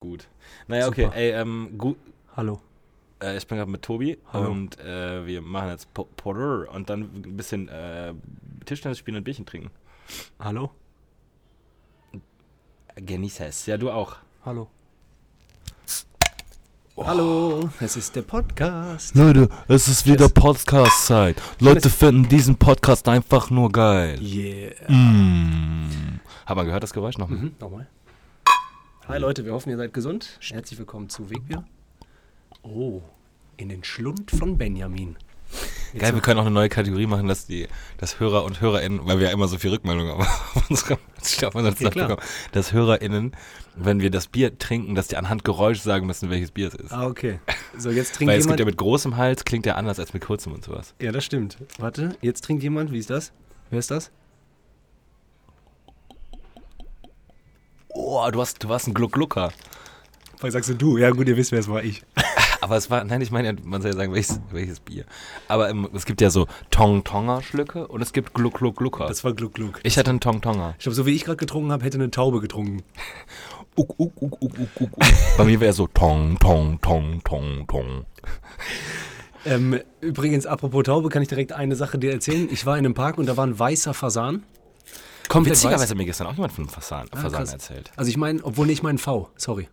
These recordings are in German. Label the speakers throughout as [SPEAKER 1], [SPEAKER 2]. [SPEAKER 1] gut. Naja,
[SPEAKER 2] Super.
[SPEAKER 1] okay. Ey, ähm, gut.
[SPEAKER 2] Hallo.
[SPEAKER 1] Äh, ich bin gerade mit Tobi
[SPEAKER 2] Hallo.
[SPEAKER 1] und äh, wir machen jetzt Po- Porter und dann ein bisschen äh, Tischtennis spielen und Bierchen trinken.
[SPEAKER 2] Hallo.
[SPEAKER 1] Genieß es. Ja, du auch.
[SPEAKER 2] Hallo. Hallo, es ist der Podcast.
[SPEAKER 3] Leute, es ist wieder
[SPEAKER 2] Es-
[SPEAKER 3] Podcast-Zeit. Leute finden diesen Podcast einfach nur geil.
[SPEAKER 2] Yeah.
[SPEAKER 3] Mm. Hat man gehört das Geräusch noch?
[SPEAKER 2] Mhm, nochmal. Hi Leute, wir hoffen, ihr seid gesund. Herzlich willkommen zu Wegbier. Oh, in den Schlund von Benjamin. Jetzt
[SPEAKER 3] Geil, wir können auch eine neue Kategorie machen, dass die dass Hörer und HörerInnen, weil wir ja immer so viel Rückmeldungen auf unserem auf unseren Stuff
[SPEAKER 2] klar.
[SPEAKER 3] bekommen, dass HörerInnen, wenn wir das Bier trinken, dass die anhand Geräusch sagen müssen, welches Bier es ist.
[SPEAKER 2] Ah, okay. So, jetzt trinkt
[SPEAKER 3] Weil es
[SPEAKER 2] jemand.
[SPEAKER 3] gibt ja mit großem Hals, klingt ja anders als mit kurzem und sowas.
[SPEAKER 2] ja, das stimmt. Warte, jetzt trinkt jemand. Wie ist das? Wer ist das?
[SPEAKER 3] Oh, du, hast, du warst ein Gluck-Glucker.
[SPEAKER 2] Was sagst du du? Ja, gut, ihr wisst, wer es war. Ich.
[SPEAKER 3] Aber es war, nein, ich meine, ja, man soll ja sagen, welches, welches Bier. Aber ähm, es gibt ja so Tong-Tonger-Schlücke und es gibt Gluck-Gluck-Glucker.
[SPEAKER 2] Das war Gluck, Gluck.
[SPEAKER 3] Ich hatte einen Tong-Tonger.
[SPEAKER 2] Ich glaube, so wie ich gerade getrunken habe, hätte eine Taube getrunken.
[SPEAKER 3] Uk, uk, uk, uk, uk, uk. Bei mir wäre so Tong, Tong, Tong, Tong, Tong.
[SPEAKER 2] Ähm, übrigens, apropos Taube, kann ich direkt eine Sache dir erzählen. Ich war in einem Park und da war ein weißer Fasan. Komplett
[SPEAKER 3] Witzigerweise
[SPEAKER 2] weiß.
[SPEAKER 3] hat mir gestern auch jemand von einem Fasan,
[SPEAKER 2] Ah,
[SPEAKER 3] Fasan
[SPEAKER 2] krass.
[SPEAKER 3] erzählt.
[SPEAKER 2] Also ich meine, obwohl nicht mein V, sorry.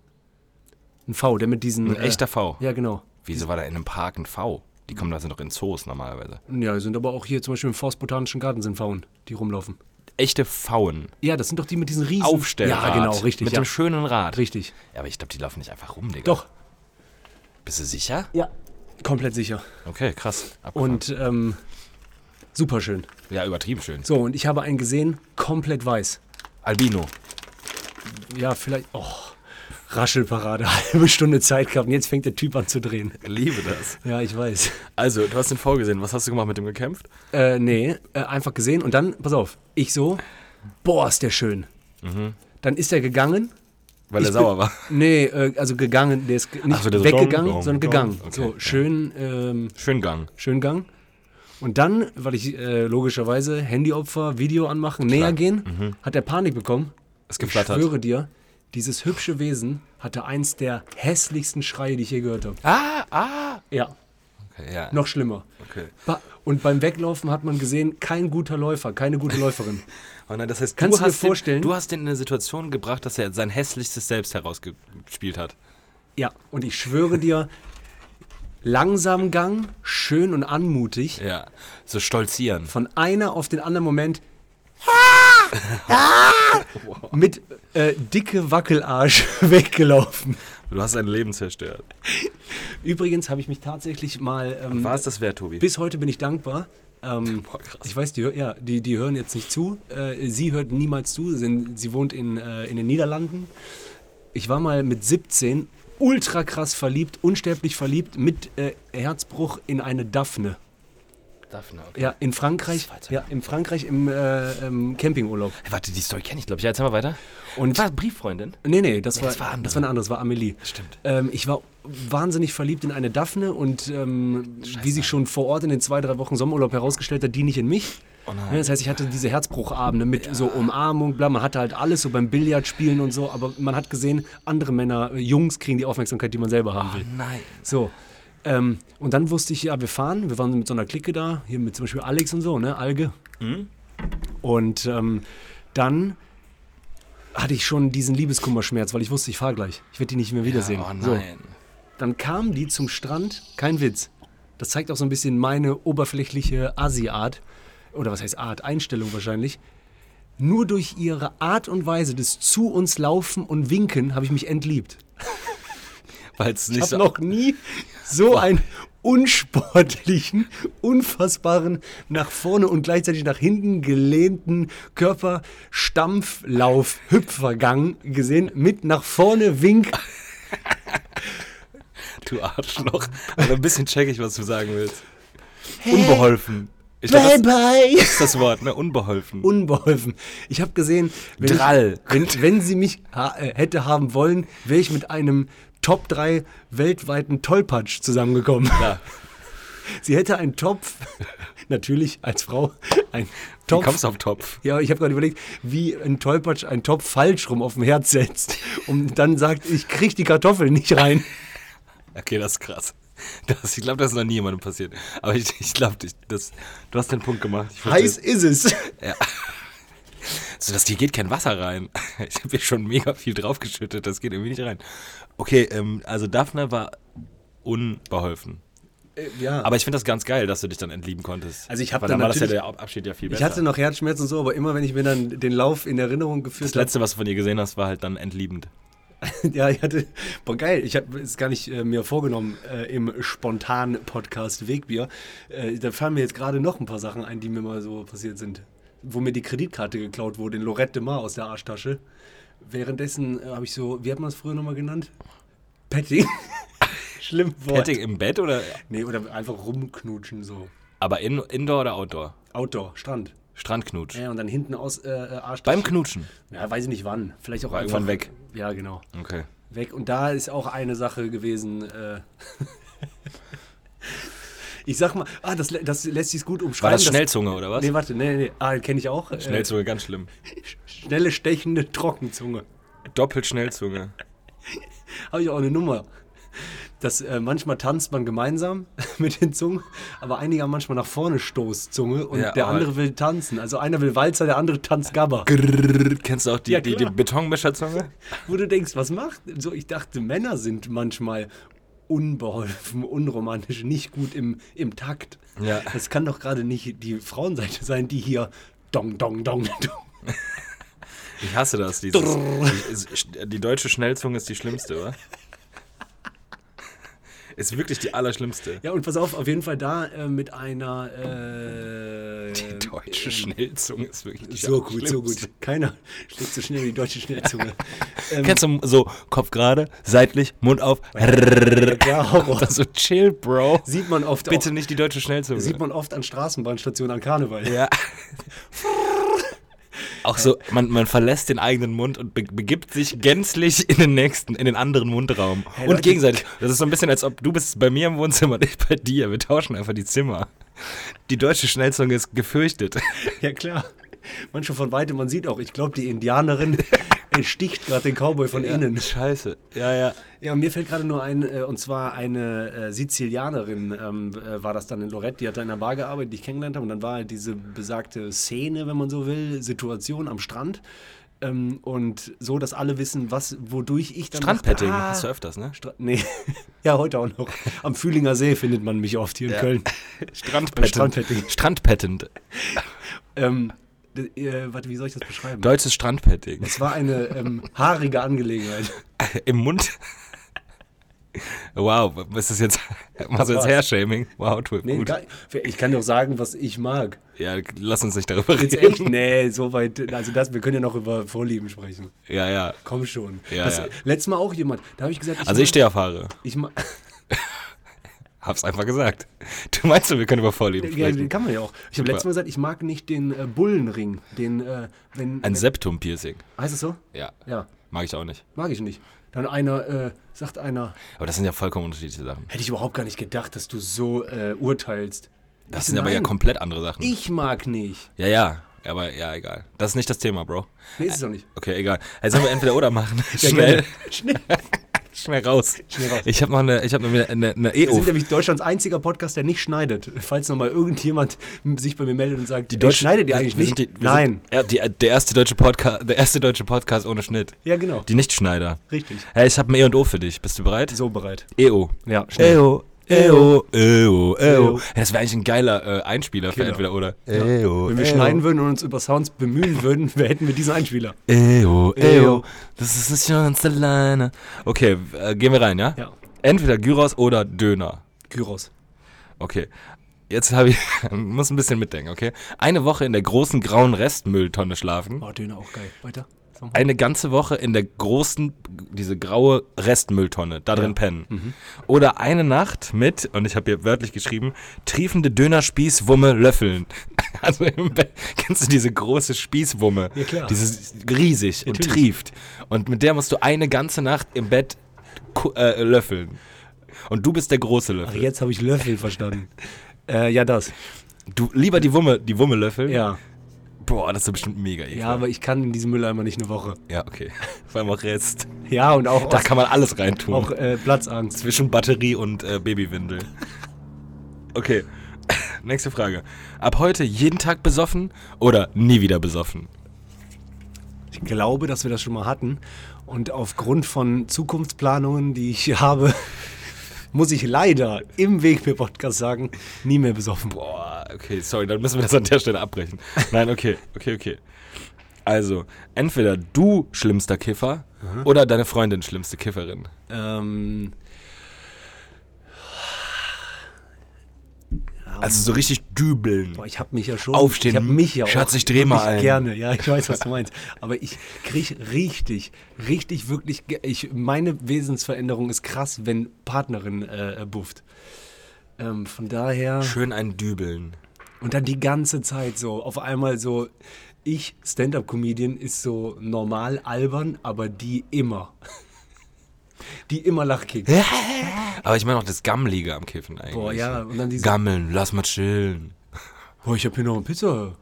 [SPEAKER 2] Ein V, der mit diesen...
[SPEAKER 3] Ein echter V.
[SPEAKER 2] Äh, ja, genau.
[SPEAKER 3] Wieso war da in einem Park ein V? Die kommen da sind doch in Zoos normalerweise.
[SPEAKER 2] Ja, sind aber auch hier zum Beispiel im Forst Botanischen Garten sind Vauen, die rumlaufen.
[SPEAKER 3] Echte Pfauen.
[SPEAKER 2] Ja, das sind doch die mit diesen riesen...
[SPEAKER 3] Aufstellrad.
[SPEAKER 2] Ja, genau, richtig.
[SPEAKER 3] Mit
[SPEAKER 2] ja.
[SPEAKER 3] dem schönen Rad.
[SPEAKER 2] richtig.
[SPEAKER 3] Ja, aber ich glaube, die laufen nicht einfach rum, Digga.
[SPEAKER 2] Doch.
[SPEAKER 3] Bist du sicher?
[SPEAKER 2] Ja. Komplett sicher.
[SPEAKER 3] Okay, krass. Abgefahren.
[SPEAKER 2] Und ähm, super schön.
[SPEAKER 3] Ja, übertrieben schön.
[SPEAKER 2] So, und ich habe einen gesehen, komplett weiß.
[SPEAKER 3] Albino.
[SPEAKER 2] Ja, vielleicht... Oh, Raschelparade, halbe Stunde Zeit gehabt und jetzt fängt der Typ an zu drehen.
[SPEAKER 3] Liebe das.
[SPEAKER 2] Ja, ich weiß.
[SPEAKER 3] Also, du hast den V gesehen. Was hast du gemacht mit dem gekämpft?
[SPEAKER 2] Äh, nee, äh, einfach gesehen und dann, pass auf, ich so, boah, ist der schön. Dann ist er gegangen.
[SPEAKER 3] Mhm. Weil er
[SPEAKER 2] Ich bin-
[SPEAKER 3] sauer war.
[SPEAKER 2] Nee, äh, also gegangen, der ist ge- nicht
[SPEAKER 3] so, der so
[SPEAKER 2] weggegangen,
[SPEAKER 3] dong, dong,
[SPEAKER 2] sondern gegangen.
[SPEAKER 3] dong. Okay,
[SPEAKER 2] so,
[SPEAKER 3] ja.
[SPEAKER 2] schön, ähm,
[SPEAKER 3] Schön Gang.
[SPEAKER 2] schön Gang. Und dann, weil ich äh, logischerweise Handyopfer, Video anmachen, näher gehen, hat er Panik bekommen.
[SPEAKER 3] Ist
[SPEAKER 2] Ich
[SPEAKER 3] Mhm. geflattert.
[SPEAKER 2] schwöre dir, dieses hübsche Wesen hatte eins der hässlichsten Schreie, die ich je gehört habe.
[SPEAKER 3] Ah, ah.
[SPEAKER 2] Ja,
[SPEAKER 3] Okay, ja.
[SPEAKER 2] noch schlimmer.
[SPEAKER 3] Okay.
[SPEAKER 2] Ba- Und beim Weglaufen hat man gesehen, kein guter Läufer, keine gute Läuferin.
[SPEAKER 3] Oh nein, das heißt,
[SPEAKER 2] Kannst du dir
[SPEAKER 3] hast den-
[SPEAKER 2] vorstellen-
[SPEAKER 3] du hast den in eine Situation gebracht, dass er sein hässlichstes Selbst herausgespielt hat.
[SPEAKER 2] Ja, und ich schwöre dir, langsam Gang, schön und anmutig,
[SPEAKER 3] Ja. So stolzieren.
[SPEAKER 2] von einer auf den anderen Moment
[SPEAKER 3] Ah!
[SPEAKER 2] mit äh, dicke Wackelarsch weggelaufen.
[SPEAKER 3] Du hast sein Leben zerstört.
[SPEAKER 2] Übrigens habe ich mich tatsächlich mal, ähm,
[SPEAKER 3] War es das wert, Tobi?
[SPEAKER 2] bis heute bin ich dankbar. Ähm,
[SPEAKER 3] Boah, krass.
[SPEAKER 2] ich weiß, die, hör- ja, die, die hören jetzt nicht zu. Äh, sie hört niemals zu. Sind, sie wohnt in, äh, in den Niederlanden. Ich war mal mit 17 ultra krass verliebt, unsterblich verliebt, mit äh, Herzbruch in eine Daphne.
[SPEAKER 3] Daphne, okay.
[SPEAKER 2] Ja, in Frankreich,
[SPEAKER 3] Das ist
[SPEAKER 2] ja, in Frankreich im äh, ähm, Campingurlaub.
[SPEAKER 3] Hey, warte, die Story kenne ich, glaube ich. Ja, jetzt haben wir weiter.
[SPEAKER 2] Und
[SPEAKER 3] War Brieffreundin?
[SPEAKER 2] nee, nee, das, war,
[SPEAKER 3] das war andere.
[SPEAKER 2] das war eine andere, das war Amelie.
[SPEAKER 3] Stimmt.
[SPEAKER 2] Ähm, ich war wahnsinnig verliebt in eine Daphne und ähm, wie sich schon vor Ort in den zwei, drei Wochen Sommerurlaub herausgestellt hat, die nicht in mich.
[SPEAKER 3] Oh nein.
[SPEAKER 2] Ja, Das heißt, ich hatte diese Herzbruchabende mit so Umarmung, bla, man hatte halt alles so beim Billardspielen und so, aber man hat gesehen, andere Männer, äh, Jungs kriegen die Aufmerksamkeit, die man selber
[SPEAKER 3] Ah,
[SPEAKER 2] haben will.
[SPEAKER 3] Nein.
[SPEAKER 2] So. Ähm, und dann wusste ich, ja, wir fahren. Wir waren mit so einer Clique da, hier mit zum Beispiel Alex und so, ne? Alge.
[SPEAKER 3] Mhm.
[SPEAKER 2] Und ähm, dann hatte ich schon diesen Liebeskummerschmerz, weil ich wusste, ich fahre gleich. Ich werde die nicht mehr wiedersehen.
[SPEAKER 3] Oh
[SPEAKER 2] So.
[SPEAKER 3] nein.
[SPEAKER 2] Dann kamen die zum Strand, kein Witz. Das zeigt auch so ein bisschen meine oberflächliche Asi-Art. Oder was heißt Art? Einstellung wahrscheinlich. Nur durch ihre Art und Weise des zu uns Laufen und Winken habe ich mich entliebt.
[SPEAKER 3] Weil es
[SPEAKER 2] Ich
[SPEAKER 3] nicht
[SPEAKER 2] habe
[SPEAKER 3] so.
[SPEAKER 2] noch nie so einen unsportlichen, unfassbaren, nach vorne und gleichzeitig nach hinten gelehnten Körperstampflauf, Hüpfergang gesehen mit nach vorne Wink.
[SPEAKER 3] Du Arschloch. Aber ein bisschen check ich, was du sagen willst. Unbeholfen. Ich glaub, das
[SPEAKER 2] bye.
[SPEAKER 3] ist das Wort, ne? Unbeholfen.
[SPEAKER 2] Unbeholfen. Ich habe gesehen, wenn,
[SPEAKER 3] Drall.
[SPEAKER 2] Ich, wenn, wenn sie mich ha äh, hätte haben wollen, wäre ich mit einem Top 3 weltweiten Tollpatsch zusammengekommen.
[SPEAKER 3] Ja.
[SPEAKER 2] Sie hätte einen Topf, natürlich als Frau, einen Topf.
[SPEAKER 3] kommst du auf Topf?
[SPEAKER 2] Ja, ich habe gerade überlegt, wie ein Tollpatsch einen Topf falsch rum auf dem Herz setzt und dann sagt, ich krieg die Kartoffeln nicht rein.
[SPEAKER 3] Okay, das ist krass. Das, ich glaube, das ist noch nie jemandem passiert. Aber ich, ich glaube, ich- das- du hast den Punkt gemacht. Ich verstehe
[SPEAKER 2] Heiß ist es.
[SPEAKER 3] So, das hier geht kein Wasser rein. Ich habe hier schon mega viel draufgeschüttet, das geht irgendwie nicht rein. Okay, ähm, also Daphne war unbeholfen.
[SPEAKER 2] Äh, Ja.
[SPEAKER 3] Aber ich finde das ganz geil, dass du dich dann entlieben konntest.
[SPEAKER 2] Also ich hab
[SPEAKER 3] Weil
[SPEAKER 2] dann
[SPEAKER 3] war das ja
[SPEAKER 2] natürlich-
[SPEAKER 3] der Ab- Abschied ja viel
[SPEAKER 2] ich
[SPEAKER 3] besser.
[SPEAKER 2] hatte noch Herzschmerzen und so, aber immer wenn ich mir dann den Lauf in Erinnerung
[SPEAKER 3] das
[SPEAKER 2] geführt habe,
[SPEAKER 3] letzte, was du von ihr gesehen hast, war halt dann entliebend.
[SPEAKER 2] ja, ich hatte, boah geil, ich habe es gar nicht äh, mir vorgenommen äh, im spontanen Podcast Wegbier. Äh, da fallen mir jetzt gerade noch ein paar Sachen ein, die mir mal so passiert sind, wo mir die Kreditkarte geklaut wurde in Lorette de Mar aus der Arschtasche. Währenddessen äh, habe ich so, wie hat man es früher nochmal genannt? Petting. Schlimm Wort.
[SPEAKER 3] Petting im Bett oder?
[SPEAKER 2] Nee, oder einfach rumknutschen so.
[SPEAKER 3] Aber in, Indoor oder Outdoor?
[SPEAKER 2] Outdoor, Strand.
[SPEAKER 3] Strandknutsch.
[SPEAKER 2] Ja, und dann hinten aus äh, äh, Arschtasche.
[SPEAKER 3] Beim Knutschen.
[SPEAKER 2] Ja, weiß ich nicht wann. Vielleicht auch
[SPEAKER 3] War
[SPEAKER 2] einfach
[SPEAKER 3] irgendwann weg.
[SPEAKER 2] Ja, genau.
[SPEAKER 3] Okay.
[SPEAKER 2] Weg. Und da ist auch eine Sache gewesen. Äh, ich sag mal, ah, das, lä- das lässt sich gut umschreiben.
[SPEAKER 3] War das Schnellzunge oder was?
[SPEAKER 2] Nee, warte, nee, nee. Ah, kenne ich auch. Äh,
[SPEAKER 3] Schnellzunge, ganz schlimm.
[SPEAKER 2] Schnelle, stechende Trockenzunge.
[SPEAKER 3] Doppelschnellzunge.
[SPEAKER 2] Habe ich auch eine Nummer. Das, äh, manchmal tanzt man gemeinsam mit den Zungen, aber einige haben manchmal nach vorne Stoßzunge und
[SPEAKER 3] Ja,
[SPEAKER 2] der
[SPEAKER 3] aber-
[SPEAKER 2] andere will tanzen. Also einer will Walzer, der andere tanzt Gabba.
[SPEAKER 3] Grrrr, kennst du auch die,
[SPEAKER 2] Ja,
[SPEAKER 3] die, die
[SPEAKER 2] klar.
[SPEAKER 3] Betonmischerzunge?
[SPEAKER 2] wo du denkst, was macht? So, ich dachte, Männer sind manchmal unbeholfen, unromantisch, nicht gut im, im Takt.
[SPEAKER 3] Ja.
[SPEAKER 2] Das kann doch gerade nicht die Frauenseite sein, die hier dong, dong, dong, dong.
[SPEAKER 3] Ich hasse das. Dieses, die, die deutsche Schnellzunge ist die schlimmste, oder? Ist wirklich die allerschlimmste.
[SPEAKER 2] Ja, und pass auf, auf jeden Fall da äh, mit einer. Äh,
[SPEAKER 3] Die deutsche Schnellzunge ist wirklich die
[SPEAKER 2] So gut, so
[SPEAKER 3] allerschlimmste.
[SPEAKER 2] gut. Keiner schlägt so schnell wie die deutsche Schnellzunge. ähm,
[SPEAKER 3] Kennst du so Kopf gerade, seitlich, Mund auf.
[SPEAKER 2] ja, Horror.
[SPEAKER 3] Das ist so chill, Bro.
[SPEAKER 2] Sieht man oft
[SPEAKER 3] Bitte
[SPEAKER 2] auch,
[SPEAKER 3] nicht die deutsche Schnellzunge.
[SPEAKER 2] Sieht man oft an Straßenbahnstationen an Karneval.
[SPEAKER 3] Ja. Auch so, man, man verlässt den eigenen Mund und be begibt sich gänzlich in den nächsten, in den anderen Mundraum. und
[SPEAKER 2] Leute.
[SPEAKER 3] gegenseitig. Das ist so ein bisschen, als ob du bist bei mir im Wohnzimmer und ich bei dir. Wir tauschen einfach die Zimmer. Die deutsche Schnellzunge ist gefürchtet.
[SPEAKER 2] Ja, klar. Manche von weitem, man sieht auch, ich glaube, die Indianerin äh, sticht gerade den Cowboy von innen.
[SPEAKER 3] Scheiße. Ja, ja.
[SPEAKER 2] Ja, mir fällt gerade nur ein, äh, und zwar eine äh, Sizilianerin ähm, äh, war das dann in Lorette, die hat da in einer Bar gearbeitet, die ich kennengelernt habe. Und dann war halt diese besagte Szene, wenn man so will, Situation am Strand. Ähm, und so, dass alle wissen, was, wodurch ich dann.
[SPEAKER 3] Strandpetting
[SPEAKER 2] dachte, ah,
[SPEAKER 3] hast du öfters, ne?
[SPEAKER 2] Stra nee, ja, heute auch noch. Am Fühlinger See findet man mich oft hier in Köln.
[SPEAKER 3] Strandpetting.
[SPEAKER 2] Strandpetting.
[SPEAKER 3] Strandpettend.
[SPEAKER 2] Ähm, d- äh, warte, wie soll ich das beschreiben?
[SPEAKER 3] Deutsches Strandpetting.
[SPEAKER 2] Es war eine ähm, haarige Angelegenheit.
[SPEAKER 3] Im Mund. Wow, was ist jetzt, was ist jetzt
[SPEAKER 2] war's.
[SPEAKER 3] Hairshaming? Wow, tut
[SPEAKER 2] Nee,
[SPEAKER 3] gut.
[SPEAKER 2] gar- ich kann doch sagen, was ich mag.
[SPEAKER 3] Ja, lass uns nicht darüber
[SPEAKER 2] Jetzt
[SPEAKER 3] reden.
[SPEAKER 2] echt? Nee, so weit. Also das, wir können ja noch über Vorlieben sprechen.
[SPEAKER 3] Ja, ja.
[SPEAKER 2] Komm schon.
[SPEAKER 3] Ja,
[SPEAKER 2] das,
[SPEAKER 3] ja.
[SPEAKER 2] Letztes Mal auch jemand. Da habe ich gesagt,
[SPEAKER 3] Also ich stehe auf Haare.
[SPEAKER 2] ich mag.
[SPEAKER 3] Hab's einfach gesagt. Du meinst du, wir können über Vorlieben
[SPEAKER 2] Ja, den
[SPEAKER 3] sprechen?
[SPEAKER 2] kann man ja auch. Ich habe
[SPEAKER 3] Super.
[SPEAKER 2] letztes Mal gesagt, ich mag nicht den äh, Bullenring. Den, äh, wenn.
[SPEAKER 3] Ein Septum-Piercing.
[SPEAKER 2] heißt es so?
[SPEAKER 3] Ja.
[SPEAKER 2] Ja.
[SPEAKER 3] Mag ich auch nicht.
[SPEAKER 2] Mag ich nicht. Dann einer, äh, sagt einer,
[SPEAKER 3] Aber das sind ja vollkommen unterschiedliche Sachen.
[SPEAKER 2] hätte ich überhaupt gar nicht gedacht, dass du so äh, urteilst. Ich
[SPEAKER 3] Das
[SPEAKER 2] so,
[SPEAKER 3] sind aber ja
[SPEAKER 2] nein,
[SPEAKER 3] komplett andere Sachen.
[SPEAKER 2] Ich mag nicht.
[SPEAKER 3] Ja, ja. Aber ja, egal. Das ist nicht das Thema, Bro.
[SPEAKER 2] Nee, ist es doch nicht.
[SPEAKER 3] Okay, egal. Jetzt sollen wir entweder oder machen.
[SPEAKER 2] Ja,
[SPEAKER 3] schnell,
[SPEAKER 2] gerne. Schnell.
[SPEAKER 3] schnell raus.
[SPEAKER 2] Schnell raus.
[SPEAKER 3] Ich habe noch eine, ich habe eine, eine, eine E
[SPEAKER 2] Wir sind
[SPEAKER 3] EO.
[SPEAKER 2] nämlich Deutschlands einziger Podcast, der nicht schneidet. Falls nochmal irgendjemand sich bei mir meldet und sagt, die
[SPEAKER 3] Deutsch-
[SPEAKER 2] schneidet ihr
[SPEAKER 3] wir-
[SPEAKER 2] eigentlich
[SPEAKER 3] wir
[SPEAKER 2] nicht?
[SPEAKER 3] sind die- wir
[SPEAKER 2] Nein.
[SPEAKER 3] Sind, ja, die, der erste deutsche Podcast, der erste deutsche Podcast ohne Schnitt.
[SPEAKER 2] Ja, genau.
[SPEAKER 3] Die Nichtschneider.
[SPEAKER 2] Richtig.
[SPEAKER 3] Hey, ich habe ein E und O für dich. Bist du bereit? E
[SPEAKER 2] So bereit. oh,
[SPEAKER 3] EO.
[SPEAKER 2] Ja,
[SPEAKER 3] Eo,
[SPEAKER 2] Eo,
[SPEAKER 3] Eo, Eo, Eo.
[SPEAKER 2] Eo.
[SPEAKER 3] Ja, das wäre eigentlich ein geiler äh, Einspieler für
[SPEAKER 2] Killer.
[SPEAKER 3] entweder oder.
[SPEAKER 2] Genau. Ja.
[SPEAKER 3] Eo,
[SPEAKER 2] Wenn wir schneiden würden und uns über Sounds bemühen würden, wer hätten wir diesen Einspieler?
[SPEAKER 3] Eo,
[SPEAKER 2] Eo.
[SPEAKER 3] Eo. Das ist nicht ganz alleine. Okay, äh, gehen wir rein, ja?
[SPEAKER 2] Ja.
[SPEAKER 3] Entweder Gyros oder Döner.
[SPEAKER 2] Gyros.
[SPEAKER 3] Okay. Jetzt habe ich, muss ein bisschen mitdenken, okay? Eine Woche in der großen grauen Restmülltonne schlafen.
[SPEAKER 2] Oh, Döner auch geil. Weiter. Sag mal.
[SPEAKER 3] Eine ganze Woche in der großen, diese graue Restmülltonne, da drin pennen.
[SPEAKER 2] Mhm.
[SPEAKER 3] Oder eine Nacht mit, und ich habe hier wörtlich geschrieben, triefende Dönerspießwumme löffeln. Also im Bett, kennst du diese große Spießwumme?
[SPEAKER 2] Ja, klar.
[SPEAKER 3] Die ist riesig und
[SPEAKER 2] Natürlich.
[SPEAKER 3] trieft. Und mit der musst du eine ganze Nacht im Bett ku- äh, löffeln. Und du bist der große
[SPEAKER 2] Ach,
[SPEAKER 3] Löffel.
[SPEAKER 2] jetzt habe ich Löffel verstanden. äh, ja, das.
[SPEAKER 3] Du lieber die Wumme, die Wumme löffeln.
[SPEAKER 2] Ja.
[SPEAKER 3] Boah, das ist bestimmt mega ekelhaft.
[SPEAKER 2] Ja, aber ich kann in diesem Mülleimer nicht eine Woche.
[SPEAKER 3] Ja, okay. Vor allem auch Rest.
[SPEAKER 2] Ja, und auch,
[SPEAKER 3] Da kann man alles reintun.
[SPEAKER 2] auch äh, Platzangst.
[SPEAKER 3] Zwischen Batterie und äh, Babywindel. Okay. Nächste Frage. Ab heute jeden Tag besoffen oder nie wieder besoffen?
[SPEAKER 2] Ich glaube, dass wir das schon mal hatten. Und aufgrund von Zukunftsplanungen, die ich habe, muss ich leider im Wegbier-Podcast sagen, nie mehr besoffen.
[SPEAKER 3] Boah, okay, sorry, dann müssen wir das an der Stelle abbrechen. Nein, okay, okay, okay. Also, entweder du schlimmster Kiffer
[SPEAKER 2] Mhm.
[SPEAKER 3] oder deine Freundin schlimmste Kifferin.
[SPEAKER 2] Ähm,
[SPEAKER 3] Also so richtig dübeln.
[SPEAKER 2] boah, ich habe mich ja schon.
[SPEAKER 3] Aufstehen,
[SPEAKER 2] Ich habe mich ja auch.
[SPEAKER 3] Schatz, ich dreh mal
[SPEAKER 2] wirklich
[SPEAKER 3] ein.
[SPEAKER 2] Gerne, ja, ich weiß, was du meinst. Aber ich kriege richtig, richtig, wirklich. ge- Ich, meine Wesensveränderung ist krass, wenn Partnerin äh, äh, bufft. Ähm, von daher.
[SPEAKER 3] Schön ein Dübeln.
[SPEAKER 2] Und dann die ganze Zeit so, auf einmal so, ich, Stand-Up-Comedian, ist so normal albern, aber die immer. Die immer lachkick.
[SPEAKER 3] Aber ich meine auch das Gammelige am Kiffen eigentlich.
[SPEAKER 2] Boah, ja, und dann diese-
[SPEAKER 3] Gammeln, lass mal chillen.
[SPEAKER 2] Oh, ich hab hier noch eine Pizza.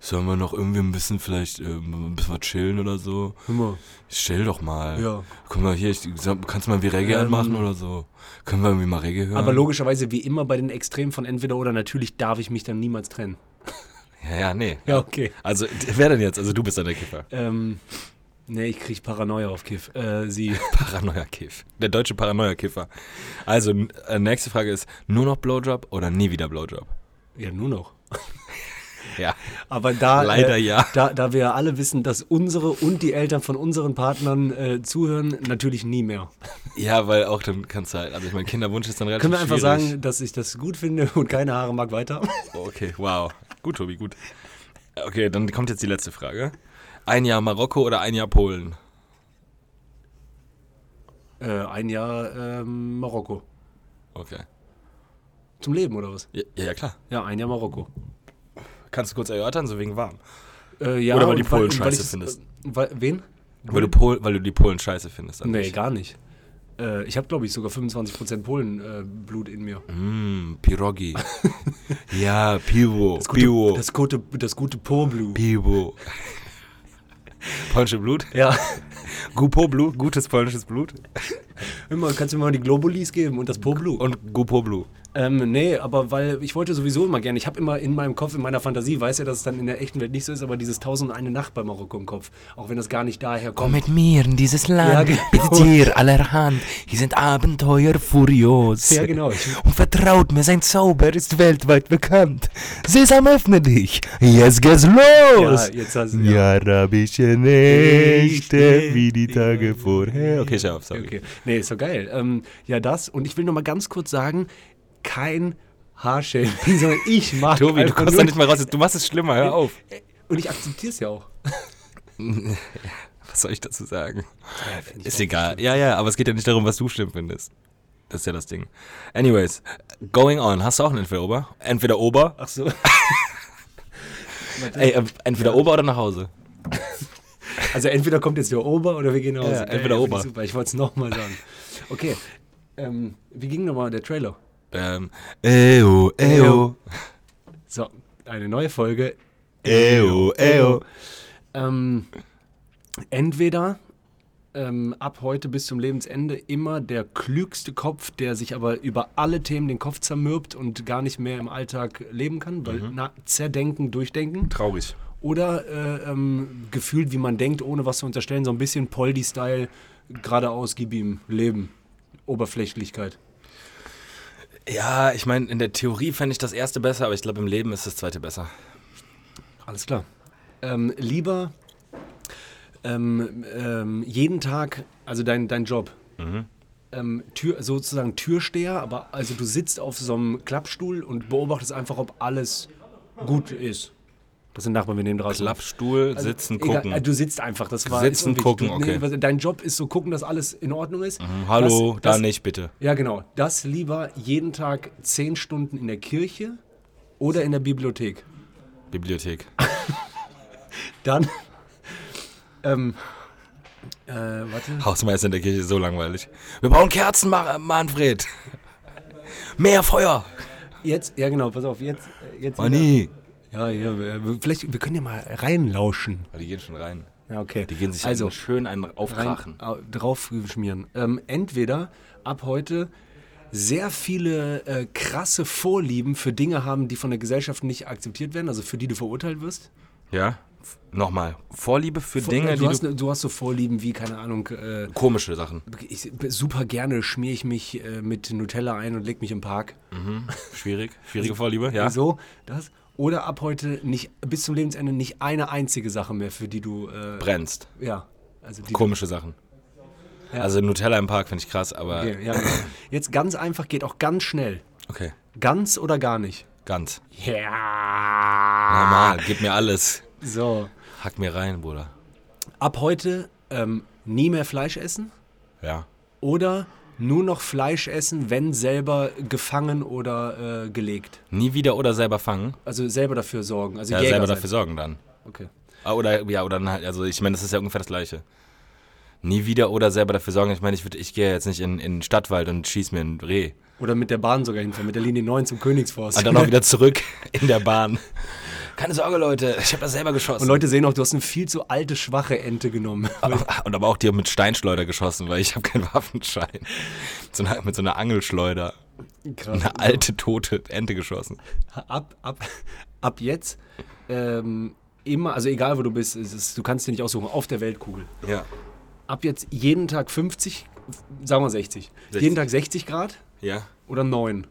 [SPEAKER 3] Sollen wir noch irgendwie ein bisschen vielleicht ähm, ein bisschen was chillen oder so?
[SPEAKER 2] Hör mal.
[SPEAKER 3] Chill doch mal.
[SPEAKER 2] Ja.
[SPEAKER 3] Guck mal hier, ich, sag, kannst du mal wie Reggae
[SPEAKER 2] Ähm.
[SPEAKER 3] anmachen oder so? Können wir irgendwie mal Reggae hören?
[SPEAKER 2] Aber logischerweise, wie immer bei den Extremen von entweder oder, natürlich darf ich mich dann niemals trennen.
[SPEAKER 3] Ja, ja, nee.
[SPEAKER 2] Ja, okay.
[SPEAKER 3] Also, wer denn jetzt? Also, du bist dann der Kiffer.
[SPEAKER 2] Ähm, nee, ich krieg Paranoia auf Kiff. Äh, sie.
[SPEAKER 3] Paranoia-Kiff. Der deutsche Paranoia-Kiffer. Also, n- äh, nächste Frage ist: Nur noch Blowjob oder nie wieder Blowjob?
[SPEAKER 2] Ja, nur noch.
[SPEAKER 3] Ja.
[SPEAKER 2] Aber da, äh,
[SPEAKER 3] Leider ja.
[SPEAKER 2] da, da wir alle wissen, dass unsere und die Eltern von unseren Partnern äh, zuhören, natürlich nie mehr.
[SPEAKER 3] Ja, weil auch dann kannst du halt, also ich mein Kinderwunsch ist dann relativ
[SPEAKER 2] Können wir einfach
[SPEAKER 3] schwierig. Oh,
[SPEAKER 2] sagen, dass ich das gut finde und keine Haare mag weiter?
[SPEAKER 3] Okay, wow. Gut, Tobi, gut. Okay, dann kommt jetzt die letzte Frage. Ein Jahr Marokko oder ein Jahr Polen?
[SPEAKER 2] Äh, ein Jahr ähm, Marokko.
[SPEAKER 3] Okay.
[SPEAKER 2] Zum Leben oder was?
[SPEAKER 3] Ja, ja, klar.
[SPEAKER 2] Ja, ein Jahr Marokko.
[SPEAKER 3] Kannst du kurz erörtern, so wegen warm.
[SPEAKER 2] Äh, ja,
[SPEAKER 3] Oder weil die
[SPEAKER 2] und
[SPEAKER 3] Polen
[SPEAKER 2] und
[SPEAKER 3] scheiße
[SPEAKER 2] ich's-
[SPEAKER 3] findest.
[SPEAKER 2] äh, Weil, wen?
[SPEAKER 3] Weil du, Pol weil du die Polen scheiße findest. an
[SPEAKER 2] Nee,
[SPEAKER 3] sich.
[SPEAKER 2] gar nicht. Äh, ich habe, glaube ich, sogar 25% Polen-Blut äh, in mir.
[SPEAKER 3] Mm, Pirogi. ja, Piwo.
[SPEAKER 2] Das
[SPEAKER 3] Piwo.
[SPEAKER 2] gute, das gute, das gute Po-Blut.
[SPEAKER 3] Piwo. Polnische Blut?
[SPEAKER 2] Ja,
[SPEAKER 3] Gupo Blut? Gutes polnisches Blut?
[SPEAKER 2] immer, kannst du mir mal die Globulis geben und das Po-Blut?
[SPEAKER 3] Und Gupo Blut.
[SPEAKER 2] Ähm, nee, aber weil ich wollte sowieso immer gerne, ich habe immer in meinem Kopf, in meiner Fantasie, weiß ja, dass es dann in der echten Welt nicht so ist, aber dieses 1001 Nacht bei Marokko im Kopf, auch wenn das gar nicht daher kommt.
[SPEAKER 4] Mit mir in dieses Land,
[SPEAKER 2] Ja, genau.
[SPEAKER 4] mit dir allerhand, hier sind Abenteuer furios.
[SPEAKER 2] Ja, genau. Ich,
[SPEAKER 4] Und vertraut mir, sein Zauber ist weltweit bekannt. Sesam, öffne dich, jetzt geht's los.
[SPEAKER 2] Ja, jetzt hast du-
[SPEAKER 4] Die arabische Nächte, wie die Tage vorher.
[SPEAKER 3] Okay, schau auf, sorry.
[SPEAKER 2] Okay. Nee, ist doch geil. Ähm, ja, das. Und ich will noch mal ganz kurz sagen, kein Haarshaming, sondern ich mag
[SPEAKER 3] Tobi, du
[SPEAKER 2] einfach
[SPEAKER 3] kommst
[SPEAKER 2] nur-
[SPEAKER 3] da nicht mal raus. Du machst es schlimmer, hör auf.
[SPEAKER 2] Und ich akzeptiere es ja auch.
[SPEAKER 3] Was soll ich dazu sagen? Ist egal. Ja, ja, aber es geht ja nicht darum, was du schlimm findest. Das ist ja das Ding. Anyways, going on. Hast du auch einen Entweder-Ober? Entweder-Ober?
[SPEAKER 2] Ach so.
[SPEAKER 3] Ey, äh, entweder-Ober oder nach Hause?
[SPEAKER 2] Also entweder kommt jetzt der Ober oder wir gehen nach Hause.
[SPEAKER 3] Ja,
[SPEAKER 2] Geil,
[SPEAKER 3] entweder
[SPEAKER 2] finde ich
[SPEAKER 3] Ober.
[SPEAKER 2] Super, ich wollte es noch mal sagen. Okay. Ähm, wie ging noch mal der Trailer?
[SPEAKER 3] Ähm, eyo, eyo,
[SPEAKER 2] So, eine neue Folge.
[SPEAKER 3] eyo, eyo.
[SPEAKER 2] Ähm, entweder ähm, ab heute bis zum Lebensende immer der klügste Kopf, der sich aber über alle Themen den Kopf zermürbt und gar nicht mehr im Alltag leben kann, weil na, zerdenken, durchdenken.
[SPEAKER 3] Traurig.
[SPEAKER 2] Oder äh, ähm, gefühlt, wie man denkt, ohne was zu unterstellen, so ein bisschen Poldi-Style, geradeaus, gib ihm Leben. Oberflächlichkeit.
[SPEAKER 3] Ja, ich meine, in der Theorie fände ich das erste besser, aber ich glaube, im Leben ist das zweite besser.
[SPEAKER 2] Alles klar. Ähm, lieber ähm, ähm, jeden Tag, also dein, dein Job.
[SPEAKER 3] Mhm.
[SPEAKER 2] Ähm, Tür, sozusagen Türsteher, aber also du sitzt auf so einem Klappstuhl und beobachtest einfach, ob alles gut ist. Das sind Nachbarn, wir nehmen draußen. auf.
[SPEAKER 3] Klappstuhl,
[SPEAKER 2] Also,
[SPEAKER 3] sitzen,
[SPEAKER 2] egal,
[SPEAKER 3] gucken.
[SPEAKER 2] äh, du sitzt einfach, das war
[SPEAKER 3] Sitzen,
[SPEAKER 2] ist unwichtig.
[SPEAKER 3] gucken,
[SPEAKER 2] du,
[SPEAKER 3] okay. Mhm,
[SPEAKER 2] was- Dein Job ist so gucken, dass alles in Ordnung ist.
[SPEAKER 3] Hallo,
[SPEAKER 2] das,
[SPEAKER 3] da nicht bitte.
[SPEAKER 2] Ja, genau. Das lieber jeden Tag zehn Stunden in der Kirche oder in der Bibliothek.
[SPEAKER 3] Bibliothek.
[SPEAKER 2] Dann. Ähm, äh, warte.
[SPEAKER 3] Hausmeister in der Kirche, so langweilig. Wir brauchen Kerzen, Ma Manfred. Mehr Feuer!
[SPEAKER 2] Jetzt, ja genau, pass auf, jetzt. äh, jetzt
[SPEAKER 3] Mani!
[SPEAKER 2] Ja, ja, wir- vielleicht, wir können ja mal reinlauschen.
[SPEAKER 3] Die gehen schon rein.
[SPEAKER 2] Ja, okay.
[SPEAKER 3] Die gehen sich
[SPEAKER 2] also,
[SPEAKER 3] einen schön einen aufkrachen.
[SPEAKER 2] rein, au- drauf schmieren. Ähm, entweder ab heute sehr viele äh, krasse Vorlieben für Dinge haben, die von der Gesellschaft nicht akzeptiert werden, also für die du verurteilt wirst.
[SPEAKER 3] Ja? F- Nochmal. Vorliebe für
[SPEAKER 2] Vor-
[SPEAKER 3] Dinge,
[SPEAKER 2] du,
[SPEAKER 3] die
[SPEAKER 2] hast,
[SPEAKER 3] du.
[SPEAKER 2] ne- du hast so Vorlieben wie, keine Ahnung, äh,
[SPEAKER 3] Komische Sachen.
[SPEAKER 2] ich, super gerne schmiere ich mich äh, mit Nutella ein und leg mich im Park.
[SPEAKER 3] Schwierig. Schwierige Vorliebe, ja.
[SPEAKER 2] So, das. Oder ab heute nicht bis zum Lebensende nicht eine einzige Sache mehr, für die du äh,
[SPEAKER 3] Brennst.
[SPEAKER 2] ja, also die
[SPEAKER 3] Komische Sachen. Also Nutella im Park finde ich krass, aber.
[SPEAKER 2] Okay, ja, genau. Jetzt ganz einfach geht auch ganz schnell.
[SPEAKER 3] okay.
[SPEAKER 2] Ganz oder gar nicht.
[SPEAKER 3] Ganz.
[SPEAKER 2] Ja.
[SPEAKER 3] Normal, gib mir alles.
[SPEAKER 2] So.
[SPEAKER 3] Hack mir rein, Bruder.
[SPEAKER 2] Ab heute ähm, nie mehr Fleisch essen
[SPEAKER 3] Ja.
[SPEAKER 2] oder nur noch Fleisch essen, wenn selber gefangen oder äh, gelegt.
[SPEAKER 3] Nie wieder oder selber fangen.
[SPEAKER 2] Also selber dafür sorgen. Also
[SPEAKER 3] Ja,
[SPEAKER 2] Jäger
[SPEAKER 3] selber
[SPEAKER 2] sein.
[SPEAKER 3] dafür sorgen dann.
[SPEAKER 2] Okay.
[SPEAKER 3] Ah, Oder, ja, oder dann halt, also ich meine, das ist ja ungefähr das Gleiche. Nie wieder oder selber dafür sorgen. Ich meine, ich, würd- ich gehe jetzt nicht in, in den Stadtwald und schieß mir ein Reh.
[SPEAKER 2] Oder mit der Bahn sogar hinfahren, mit der Linie 9 zum Königsforst.
[SPEAKER 3] Und dann auch wieder zurück in der Bahn. Keine Sorge, Leute, ich habe das selber geschossen.
[SPEAKER 2] Und Leute sehen auch, du hast eine viel zu alte, schwache Ente genommen.
[SPEAKER 3] und aber auch die haben mit Steinschleuder geschossen, weil ich habe keinen Waffenschein. So eine, mit so einer Angelschleuder.
[SPEAKER 2] Krass.
[SPEAKER 3] Eine alte, tote Ente geschossen.
[SPEAKER 2] ab, ab, ab jetzt ähm, immer, also egal wo du bist, es ist, du kannst dir nicht aussuchen, auf der Weltkugel.
[SPEAKER 3] Ja.
[SPEAKER 2] Ab jetzt jeden Tag 50, sagen wir 60.
[SPEAKER 3] 60.
[SPEAKER 2] Jeden Tag 60 Grad
[SPEAKER 3] Ja.
[SPEAKER 2] oder 9?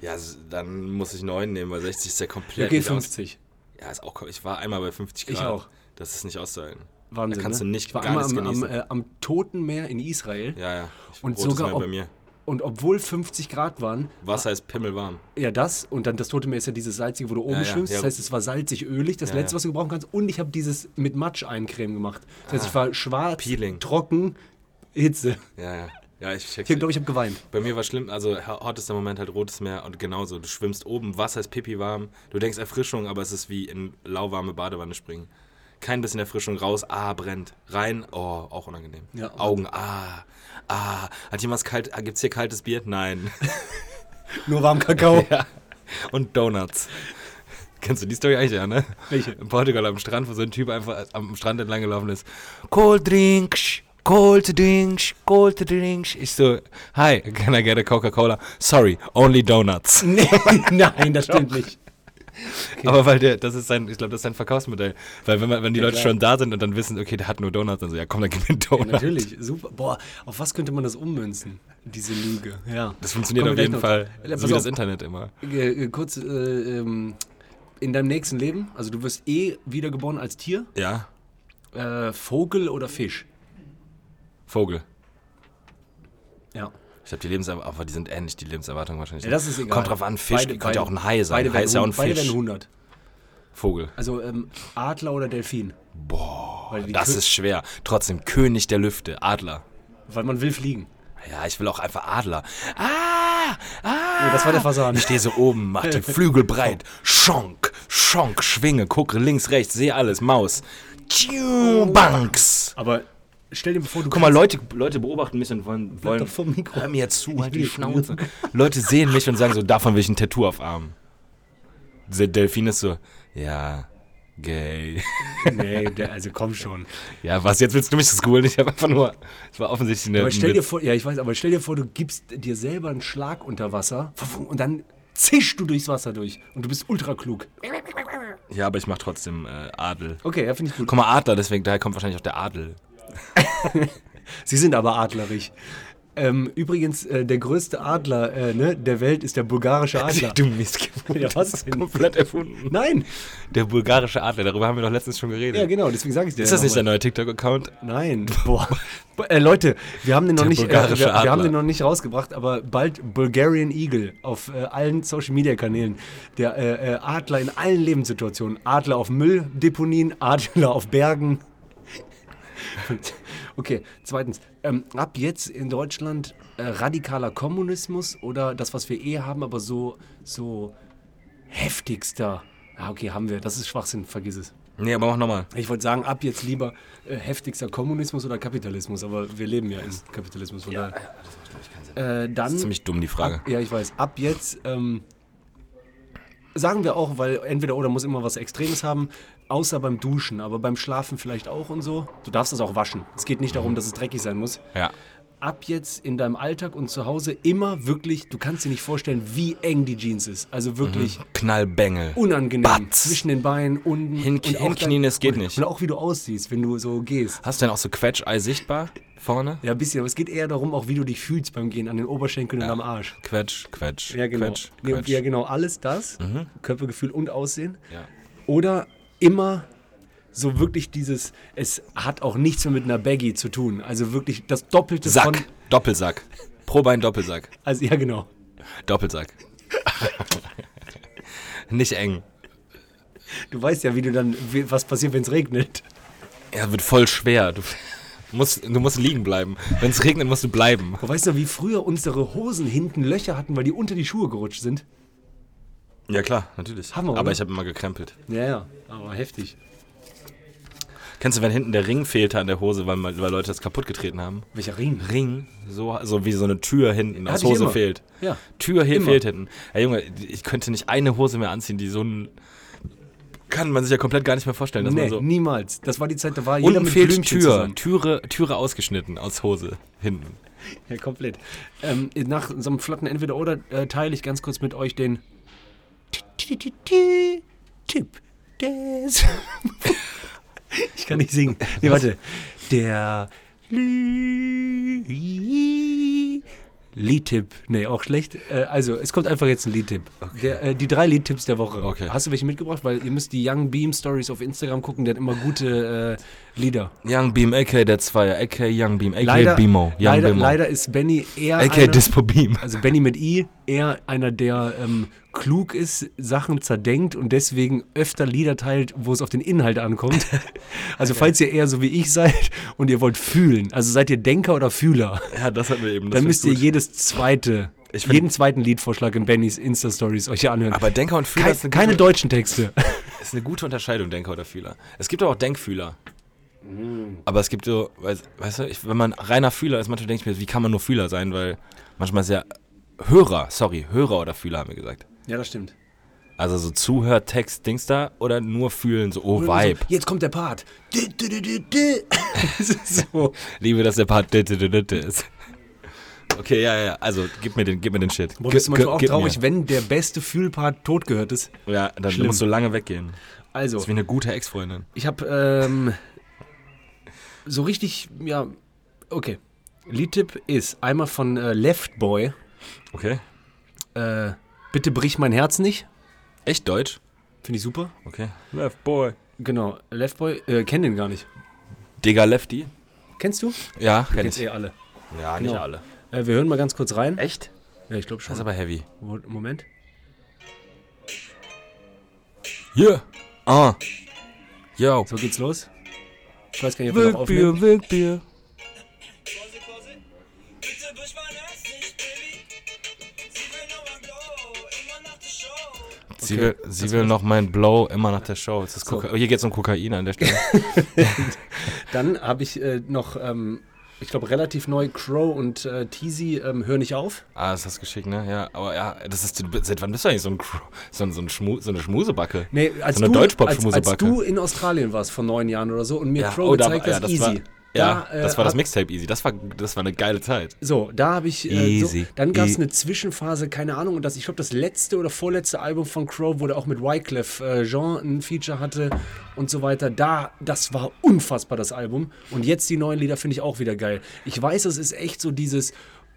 [SPEAKER 3] Ja, s- dann muss ich 9 nehmen, weil 60 ist ja komplett.
[SPEAKER 2] Okay,
[SPEAKER 3] nicht aus-
[SPEAKER 2] 50.
[SPEAKER 3] Ja, ist auch, ich war einmal bei 50 Grad.
[SPEAKER 2] Ich auch.
[SPEAKER 3] Das ist nicht auszuhalten.
[SPEAKER 2] Wahnsinn.
[SPEAKER 3] Da kannst
[SPEAKER 2] ne?
[SPEAKER 3] du nicht
[SPEAKER 2] ich war
[SPEAKER 3] gar
[SPEAKER 2] einmal
[SPEAKER 3] nichts
[SPEAKER 2] am, am,
[SPEAKER 3] genießen.
[SPEAKER 2] äh, am Toten Meer in Israel.
[SPEAKER 3] ja, ja. Ich,
[SPEAKER 2] Und
[SPEAKER 3] rotes
[SPEAKER 2] sogar
[SPEAKER 3] Meer
[SPEAKER 2] ob-
[SPEAKER 3] bei mir.
[SPEAKER 2] Und obwohl 50 Grad waren,
[SPEAKER 3] Wasser ist pimmelwarm.
[SPEAKER 2] ja das, und dann das Tote Meer ist ja dieses salzige, wo du oben
[SPEAKER 3] Ja, ja,
[SPEAKER 2] schwimmst.
[SPEAKER 3] ja.
[SPEAKER 2] Das heißt, es war salzig, ölig, das
[SPEAKER 3] Ja,
[SPEAKER 2] letzte,
[SPEAKER 3] ja.
[SPEAKER 2] was du gebrauchen kannst. Und ich habe dieses mit Matsch eincremen gemacht. Das heißt, ich war schwarz,
[SPEAKER 3] Ah. Peeling.
[SPEAKER 2] trocken, Hitze.
[SPEAKER 3] Ja, ja. Ja, ich check's.
[SPEAKER 2] Ich glaube, ich habe geweint.
[SPEAKER 3] Bei mir war schlimm, also her- hottester Moment halt Rotes Meer und genauso. Du schwimmst oben, Wasser ist pipi warm. Du denkst Erfrischung, aber es ist wie in lauwarme Badewanne springen. Kein bisschen Erfrischung raus, ah, brennt. Rein, oh, auch unangenehm.
[SPEAKER 2] Ja.
[SPEAKER 3] Augen, ah, ah. Hat jemand kalt, ah, gibt's hier kaltes Bier? Nein.
[SPEAKER 2] Nur warm Kakao.
[SPEAKER 3] Ja. Und Donuts. Kennst du die Story eigentlich ja, ne?
[SPEAKER 2] Welche?
[SPEAKER 3] In Portugal am Strand, wo so ein Typ einfach am Strand entlang gelaufen ist.
[SPEAKER 4] Cold drinks, cold drinks, cold drinks.
[SPEAKER 3] Ich so, hi, can I get a Coca-Cola? Sorry, only Donuts.
[SPEAKER 2] Nee, nein, das stimmt nicht.
[SPEAKER 3] Aber weil der, das ist sein, ich glaube, das ist sein Verkaufsmodell. Weil wenn, man, wenn die Leute
[SPEAKER 2] klar.
[SPEAKER 3] schon da sind und dann wissen, okay, der hat nur Donuts, dann so, ja komm, dann gib mir einen Donut.
[SPEAKER 2] Natürlich, super. Boah, auf was könnte man das ummünzen? Diese Lüge. Ja.
[SPEAKER 3] Das funktioniert
[SPEAKER 2] Kommen
[SPEAKER 3] auf
[SPEAKER 2] wir
[SPEAKER 3] jeden Fall. Also
[SPEAKER 2] gleich noch- Ja,
[SPEAKER 3] so
[SPEAKER 2] pass
[SPEAKER 3] wie
[SPEAKER 2] auf.
[SPEAKER 3] das Internet immer.
[SPEAKER 2] Äh, äh, Kurz, äh, ähm, in deinem nächsten Leben, also du wirst eh wiedergeboren als Tier,
[SPEAKER 3] Ja,
[SPEAKER 2] äh, Vogel oder Fisch?
[SPEAKER 3] Vogel.
[SPEAKER 2] Ja.
[SPEAKER 3] Ich glaube, die Lebenserwartung, aber die sind ähnlich, die Lebenserwartung wahrscheinlich.
[SPEAKER 2] ja das ist egal.
[SPEAKER 3] Kommt drauf an, Fisch,
[SPEAKER 2] Beide-
[SPEAKER 3] könnte ja auch
[SPEAKER 2] beide-
[SPEAKER 3] ein Hai sein.
[SPEAKER 2] Beide
[SPEAKER 3] Hai
[SPEAKER 2] werden,
[SPEAKER 3] ist ja auch ein
[SPEAKER 2] hund- beide
[SPEAKER 3] Fisch.
[SPEAKER 2] werden 100.
[SPEAKER 3] Vogel.
[SPEAKER 2] Also ähm, Adler oder Delfin? Boah, weil die
[SPEAKER 3] Das
[SPEAKER 2] Kö-
[SPEAKER 3] ist schwer. Trotzdem, König der Lüfte, Adler.
[SPEAKER 2] Weil man will fliegen.
[SPEAKER 3] Ja, ich will auch einfach Adler. Ah! Ah!
[SPEAKER 2] Oh, das war der Fasan.
[SPEAKER 3] Ich stehe so oben, mach die Flügel breit. Schonk, schonk, schwinge, gucke links, rechts, sehe alles, Maus. Tschiu, Banks.
[SPEAKER 2] Aber stell dir mal vor, du
[SPEAKER 3] Guck mal, Leute, Leute beobachten mich und wollen. wollen
[SPEAKER 2] doch vom Mikro.
[SPEAKER 3] Hör mir zu, halt die
[SPEAKER 2] will-
[SPEAKER 3] Schnauze. Leute sehen mich und sagen so, davon will ich ein Tattoo auf Arm. Der Delfin ist so, ja, gay.
[SPEAKER 2] Nee, der, also komm schon.
[SPEAKER 3] Ja, was, jetzt willst du mich schoolen? Ich habe einfach nur, es war offensichtlich eine...
[SPEAKER 2] Aber stell
[SPEAKER 3] ein
[SPEAKER 2] dir
[SPEAKER 3] Witz.
[SPEAKER 2] vor, ja, ich weiß, aber stell dir vor, du gibst dir selber einen Schlag unter Wasser und dann zischst du durchs Wasser durch und du bist ultra klug.
[SPEAKER 3] Ja, aber ich mach trotzdem äh, Adel.
[SPEAKER 2] Okay, ja, finde ich gut.
[SPEAKER 3] Guck mal, Adler, deswegen, daher kommt wahrscheinlich auch der Adel.
[SPEAKER 2] Sie sind aber adlerig. Ähm, übrigens, äh, der größte Adler äh, ne, der Welt ist der bulgarische Adler.
[SPEAKER 3] Du Mistgeburt.
[SPEAKER 2] Ja, was denn?
[SPEAKER 3] Komplett erfunden.
[SPEAKER 2] Nein!
[SPEAKER 3] Der bulgarische Adler, darüber haben wir doch letztens schon geredet.
[SPEAKER 2] Ja, genau, deswegen sage ich dir.
[SPEAKER 3] Ist das
[SPEAKER 2] ja
[SPEAKER 3] nicht dein
[SPEAKER 2] nochmal.
[SPEAKER 3] neuer TikTok-Account?
[SPEAKER 2] Nein. Boah. Bo- Äh, Leute, wir haben den noch
[SPEAKER 3] Der
[SPEAKER 2] nicht äh, wir,
[SPEAKER 3] bulgarische
[SPEAKER 2] wir haben
[SPEAKER 3] Adler.
[SPEAKER 2] den noch nicht rausgebracht, aber bald Bulgarian Eagle auf äh, allen Social Media Kanälen. Der äh, äh, Adler in allen Lebenssituationen. Adler auf Mülldeponien, Adler auf Bergen. Okay, zweitens, ähm, ab jetzt in Deutschland äh, radikaler Kommunismus oder das, was wir eh haben, aber so, so heftigster. Ah, okay, haben wir. Das ist Schwachsinn, vergiss es.
[SPEAKER 3] Nee, aber mach nochmal.
[SPEAKER 2] Ich wollte sagen, ab jetzt lieber äh, heftigster Kommunismus oder Kapitalismus, aber wir leben ja im Kapitalismus. Von daher. äh, dann.
[SPEAKER 3] Ziemlich dumm die Frage.
[SPEAKER 2] Ab, ja, ich weiß. Ab jetzt ähm, sagen wir auch, weil entweder oder muss immer was Extremes haben, außer beim Duschen, aber beim Schlafen vielleicht auch und so. Du darfst es auch waschen. Es geht nicht darum, dass es dreckig sein muss.
[SPEAKER 3] Mhm. Ja.
[SPEAKER 2] Ab jetzt in deinem Alltag und zu Hause immer wirklich, du kannst dir nicht vorstellen, wie eng die Jeans ist. Also wirklich
[SPEAKER 3] Knallbengel.
[SPEAKER 2] unangenehm.
[SPEAKER 3] Batz.
[SPEAKER 2] Zwischen den Beinen, unten.
[SPEAKER 3] Hin-
[SPEAKER 2] und auch
[SPEAKER 3] hinknien,
[SPEAKER 2] dein-
[SPEAKER 3] es geht
[SPEAKER 2] und,
[SPEAKER 3] nicht.
[SPEAKER 2] Und auch wie du aussiehst, wenn du so gehst.
[SPEAKER 3] Hast du denn auch so Quetschei sichtbar vorne?
[SPEAKER 2] Ja, ein bisschen, aber es geht eher darum, auch wie du dich fühlst beim Gehen, an den Oberschenkeln und am Arsch.
[SPEAKER 3] Quetsch, Quetsch,
[SPEAKER 2] Ja, genau.
[SPEAKER 3] Quetsch,
[SPEAKER 2] Ja,
[SPEAKER 3] Quetsch.
[SPEAKER 2] Ja, genau, alles das,
[SPEAKER 3] Mhm.
[SPEAKER 2] Körpergefühl und Aussehen.
[SPEAKER 3] Ja.
[SPEAKER 2] Oder immer so wirklich dieses, es hat auch nichts mehr mit einer Baggy zu tun. Also wirklich das Doppelte von.
[SPEAKER 3] Sack, Doppelsack. Pro Bein Doppelsack.
[SPEAKER 2] Also ja, genau.
[SPEAKER 3] Doppelsack. Nicht eng.
[SPEAKER 2] Du weißt ja, wie du dann, wie, was passiert, wenn es regnet.
[SPEAKER 3] Ja, wird voll schwer. Du musst, du musst liegen bleiben. Wenn es regnet, musst du bleiben.
[SPEAKER 2] Du weißt noch, wie früher unsere Hosen hinten Löcher hatten, weil die unter die Schuhe gerutscht sind.
[SPEAKER 3] Ja, klar, natürlich.
[SPEAKER 2] Hammer,
[SPEAKER 3] Aber
[SPEAKER 2] oder?
[SPEAKER 3] ich habe immer gekrempelt.
[SPEAKER 2] Ja, ja, aber heftig.
[SPEAKER 3] Kennst du, wenn hinten der Ring fehlte an der Hose, weil, mal- weil Leute das kaputt getreten haben?
[SPEAKER 2] Welcher Ring?
[SPEAKER 3] Ring, so, so wie so eine Tür hinten aus
[SPEAKER 2] ich
[SPEAKER 3] Hose
[SPEAKER 2] immer.
[SPEAKER 3] fehlt.
[SPEAKER 2] Ja.
[SPEAKER 3] Tür hier
[SPEAKER 2] Immer.
[SPEAKER 3] fehlt hinten. Ja, Junge, ich könnte nicht eine Hose mehr anziehen, die so ein. Kann man sich ja komplett gar nicht mehr vorstellen, dass
[SPEAKER 2] Nee,
[SPEAKER 3] man so.
[SPEAKER 2] niemals. Das war die Zeit, da war jeder
[SPEAKER 3] Unten
[SPEAKER 2] mit
[SPEAKER 3] fehlt
[SPEAKER 2] Blümchen
[SPEAKER 3] Tür.
[SPEAKER 2] zusammen.
[SPEAKER 3] Türe, Türe ausgeschnitten aus Hose hinten.
[SPEAKER 2] Ja, komplett. Ähm, nach so einem flotten Entweder-Oder äh, teile ich ganz kurz mit euch den Tipp des. ich kann nicht singen. Nee, warte. Der Li- Liedtipp. Nee, auch schlecht. Äh, also, es kommt einfach jetzt ein Liedtipp. Der, äh, die drei Liedtipps der Woche.
[SPEAKER 3] Okay.
[SPEAKER 2] Hast du welche mitgebracht? Weil ihr müsst die Young Beam Stories auf Instagram gucken, der hat immer gute äh, Lieder.
[SPEAKER 3] Young Beam, aka der Zweier, aka Young Beam, aka
[SPEAKER 2] Leider,
[SPEAKER 3] Bimo. Young
[SPEAKER 2] leider,
[SPEAKER 3] Bimo.
[SPEAKER 2] leider ist Benny eher.
[SPEAKER 3] aka
[SPEAKER 2] einer-
[SPEAKER 3] Dispo Beam.
[SPEAKER 2] also Benny mit I, eher einer, der ähm, klug ist, Sachen zerdenkt und deswegen öfter Lieder teilt, wo es auf den Inhalt ankommt. Also falls ihr eher so wie ich seid und ihr wollt fühlen, also seid ihr Denker oder Fühler,
[SPEAKER 3] Ja, das hatten wir eben. das
[SPEAKER 2] dann
[SPEAKER 3] find's
[SPEAKER 2] müsst ihr
[SPEAKER 3] gut.
[SPEAKER 2] jedes zweite,
[SPEAKER 3] Ich find-
[SPEAKER 2] jeden zweiten Liedvorschlag in Bennys Insta-Stories euch hier anhören.
[SPEAKER 3] Aber Denker und Fühler
[SPEAKER 2] Kei-
[SPEAKER 3] ist, eine
[SPEAKER 2] keine
[SPEAKER 3] gute,
[SPEAKER 2] deutschen Texte.
[SPEAKER 3] ist eine gute Unterscheidung, Denker oder Fühler. Es gibt aber auch Denkfühler.
[SPEAKER 2] Hm.
[SPEAKER 3] Aber es gibt so, weiß- weißt du, ich, wenn man reiner Fühler ist, manchmal denke ich mir, wie kann man nur Fühler sein, weil manchmal ist ja Hörer, sorry, Hörer oder Fühler haben wir gesagt.
[SPEAKER 2] Ja, das stimmt.
[SPEAKER 3] Also so Zuhör, Text, Dings da oder nur fühlen, so oh Vibe.
[SPEAKER 2] Jetzt kommt der Part. Dü, dü, dü, dü, dü. Das ist so.
[SPEAKER 3] Liebe, dass der Part ditte, ditte, ditte ist. Okay, ja, ja, also gib mir den, gib mir den Shit.
[SPEAKER 2] Boah, bist du
[SPEAKER 3] Gib-
[SPEAKER 2] manchmal auch
[SPEAKER 3] gib
[SPEAKER 2] traurig,
[SPEAKER 3] mir.
[SPEAKER 2] wenn der beste Fühlpart tot gehört ist?
[SPEAKER 3] Ja, dann
[SPEAKER 2] Schlimm.
[SPEAKER 3] musst du lange weggehen.
[SPEAKER 2] Also.
[SPEAKER 3] Das ist wie eine gute Ex-Freundin.
[SPEAKER 2] Ich habe ähm, so richtig, ja, okay. Liedtipp ist einmal von äh, Left Boy.
[SPEAKER 3] Okay.
[SPEAKER 2] Äh, Bitte brich mein Herz nicht.
[SPEAKER 3] Echt deutsch?
[SPEAKER 2] Finde ich super.
[SPEAKER 3] Okay. Left Boy.
[SPEAKER 2] Genau, Left Boy, äh, kenn den gar nicht.
[SPEAKER 3] Digga Lefty?
[SPEAKER 2] Kennst du?
[SPEAKER 3] Ja, kenn
[SPEAKER 2] Kennst
[SPEAKER 3] ich.
[SPEAKER 2] eh alle.
[SPEAKER 3] Ja,
[SPEAKER 2] Genau.
[SPEAKER 3] alle.
[SPEAKER 2] Äh, wir hören mal ganz kurz rein.
[SPEAKER 3] Echt? Also-
[SPEAKER 2] Ja, ich glaube
[SPEAKER 3] Das
[SPEAKER 2] schon.
[SPEAKER 3] ist aber heavy.
[SPEAKER 2] Wo- Moment.
[SPEAKER 3] Hier. Ah. Yo.
[SPEAKER 2] So geht's los. Ich weiß gar nicht, ob wir noch
[SPEAKER 3] Wildbier,
[SPEAKER 2] aufnehmen.
[SPEAKER 3] Wildbier.
[SPEAKER 5] Bitte brich mein Herz nicht, Baby. Sie will nur mein Glow, immer nach der Show.
[SPEAKER 3] Sie will, sie will noch mein Blow immer nach der Show. Es Ist Koka- oh, hier geht's um Kokain an der Stelle.
[SPEAKER 2] Dann habe ich äh, noch, ähm, ich glaube, relativ neu Crow und äh, Teasy ähm, Hör nicht auf.
[SPEAKER 3] ah, das hast du geschickt, ne? Ja, aber ja, das ist, du bist- seit wann bist du eigentlich so, ein, Cro- so, ein, so, ein Schmu, so eine Schmusebacke?
[SPEAKER 2] Nee, als,
[SPEAKER 3] So eine
[SPEAKER 2] du, als, als
[SPEAKER 3] Deutschpop-Schmusebacke.
[SPEAKER 2] du in Australien warst vor neun Jahren oder so und mir
[SPEAKER 3] Ja,
[SPEAKER 2] Crow
[SPEAKER 3] oh, da-
[SPEAKER 2] gezeigt
[SPEAKER 3] ja,
[SPEAKER 2] hast,
[SPEAKER 3] das
[SPEAKER 2] easy.
[SPEAKER 3] war- Ja,
[SPEAKER 2] Da, äh,
[SPEAKER 3] das war das
[SPEAKER 2] hab-
[SPEAKER 3] Mixtape Easy. Das war, das war eine geile Zeit.
[SPEAKER 2] So, da habe ich. Äh, so,
[SPEAKER 3] Easy.
[SPEAKER 2] dann gab es
[SPEAKER 3] E-
[SPEAKER 2] eine Zwischenphase, keine Ahnung, und das, ich glaube, das letzte oder vorletzte Album von Crow, wo der auch mit Wyclef äh, Jean ein Feature hatte und so weiter. Da, das war unfassbar, das Album. Und jetzt die neuen Lieder finde ich auch wieder geil. Ich weiß, es ist echt so dieses.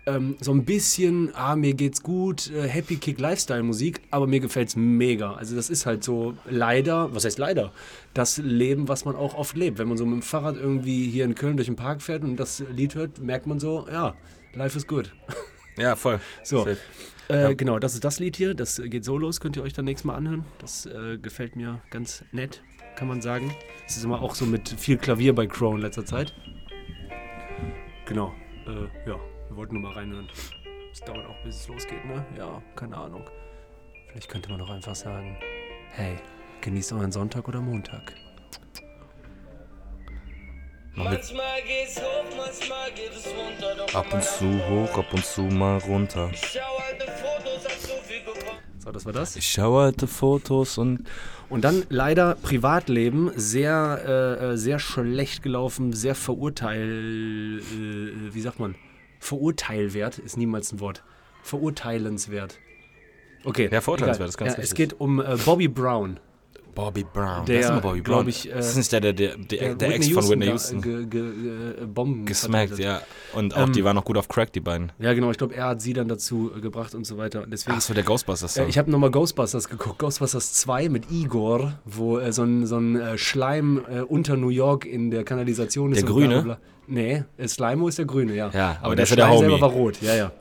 [SPEAKER 2] Ähm, so ein bisschen, ah, mir geht's gut, äh, Happy Kick Lifestyle Musik, aber mir gefällt's mega. Also, das ist halt so leider, was heißt leider, das Leben, was man auch oft lebt. Wenn man so mit dem Fahrrad irgendwie hier in Köln durch den Park fährt und das Lied hört, merkt man so, ja, life is good.
[SPEAKER 3] Ja, voll.
[SPEAKER 2] So.
[SPEAKER 3] Safe.
[SPEAKER 2] Äh, Genau, das ist das Lied hier. Das äh, geht so los. Könnt ihr euch dann nächstes Mal anhören. Das äh, gefällt mir ganz nett, kann man sagen. Es ist immer auch so mit viel Klavier bei Crow in letzter Zeit. Genau. Äh, ja, wir wollten nur mal reinhören. Es dauert auch, bis es losgeht, ne? Ja, keine Ahnung. Vielleicht könnte man doch einfach sagen: Hey, genießt euren Sonntag oder Montag.
[SPEAKER 5] Manchmal geht's hoch, manchmal geht es runter. Doch
[SPEAKER 3] Ab und zu hoch, ab und zu mal runter.
[SPEAKER 5] Ich schau alte Fotos, hab so viel gewonnen.
[SPEAKER 2] So, das war das.
[SPEAKER 3] Ich schaue alte Fotos und
[SPEAKER 2] Und dann leider Privatleben, sehr, äh, äh, sehr schlecht gelaufen, sehr verurteil, äh, wie sagt man? Verurteilwert ist niemals ein Wort. Verurteilenswert. Okay.
[SPEAKER 3] Ja, verurteilenswert ist ganz
[SPEAKER 2] ja, Es
[SPEAKER 3] richtig.
[SPEAKER 2] geht um äh, Bobby Brown,
[SPEAKER 3] Bobby Brown.
[SPEAKER 2] Der,
[SPEAKER 3] das ist immer Bobby
[SPEAKER 2] glaub
[SPEAKER 3] Brown.
[SPEAKER 2] ich, äh,
[SPEAKER 3] das ist nicht der, der, der, der, der Ex von Whitney Houston.
[SPEAKER 2] Ge, ge, ge, äh, Bomben
[SPEAKER 3] Gesmackt, Ähm,
[SPEAKER 2] verteilt
[SPEAKER 3] ja. Und auch die waren noch gut auf Crack, die beiden.
[SPEAKER 2] hat. Ja, genau. Ich glaube, er hat sie dann dazu äh, gebracht und so weiter. Und Deswegen
[SPEAKER 3] Achso, der Ghostbusters-Song.
[SPEAKER 2] Äh, Ich habe nochmal Ghostbusters geguckt, Ghostbusters 2 mit Igor, wo äh, so ein, so ein äh, Schleim äh, unter New York in der Kanalisation ist.
[SPEAKER 3] Der
[SPEAKER 2] und
[SPEAKER 3] Grüne?
[SPEAKER 2] Bla bla. Nee, äh, Slimo ist der Grüne, ja.
[SPEAKER 3] Ja, aber der ist ja der
[SPEAKER 2] Schleim
[SPEAKER 3] Homie.
[SPEAKER 2] selber war rot, ja, ja.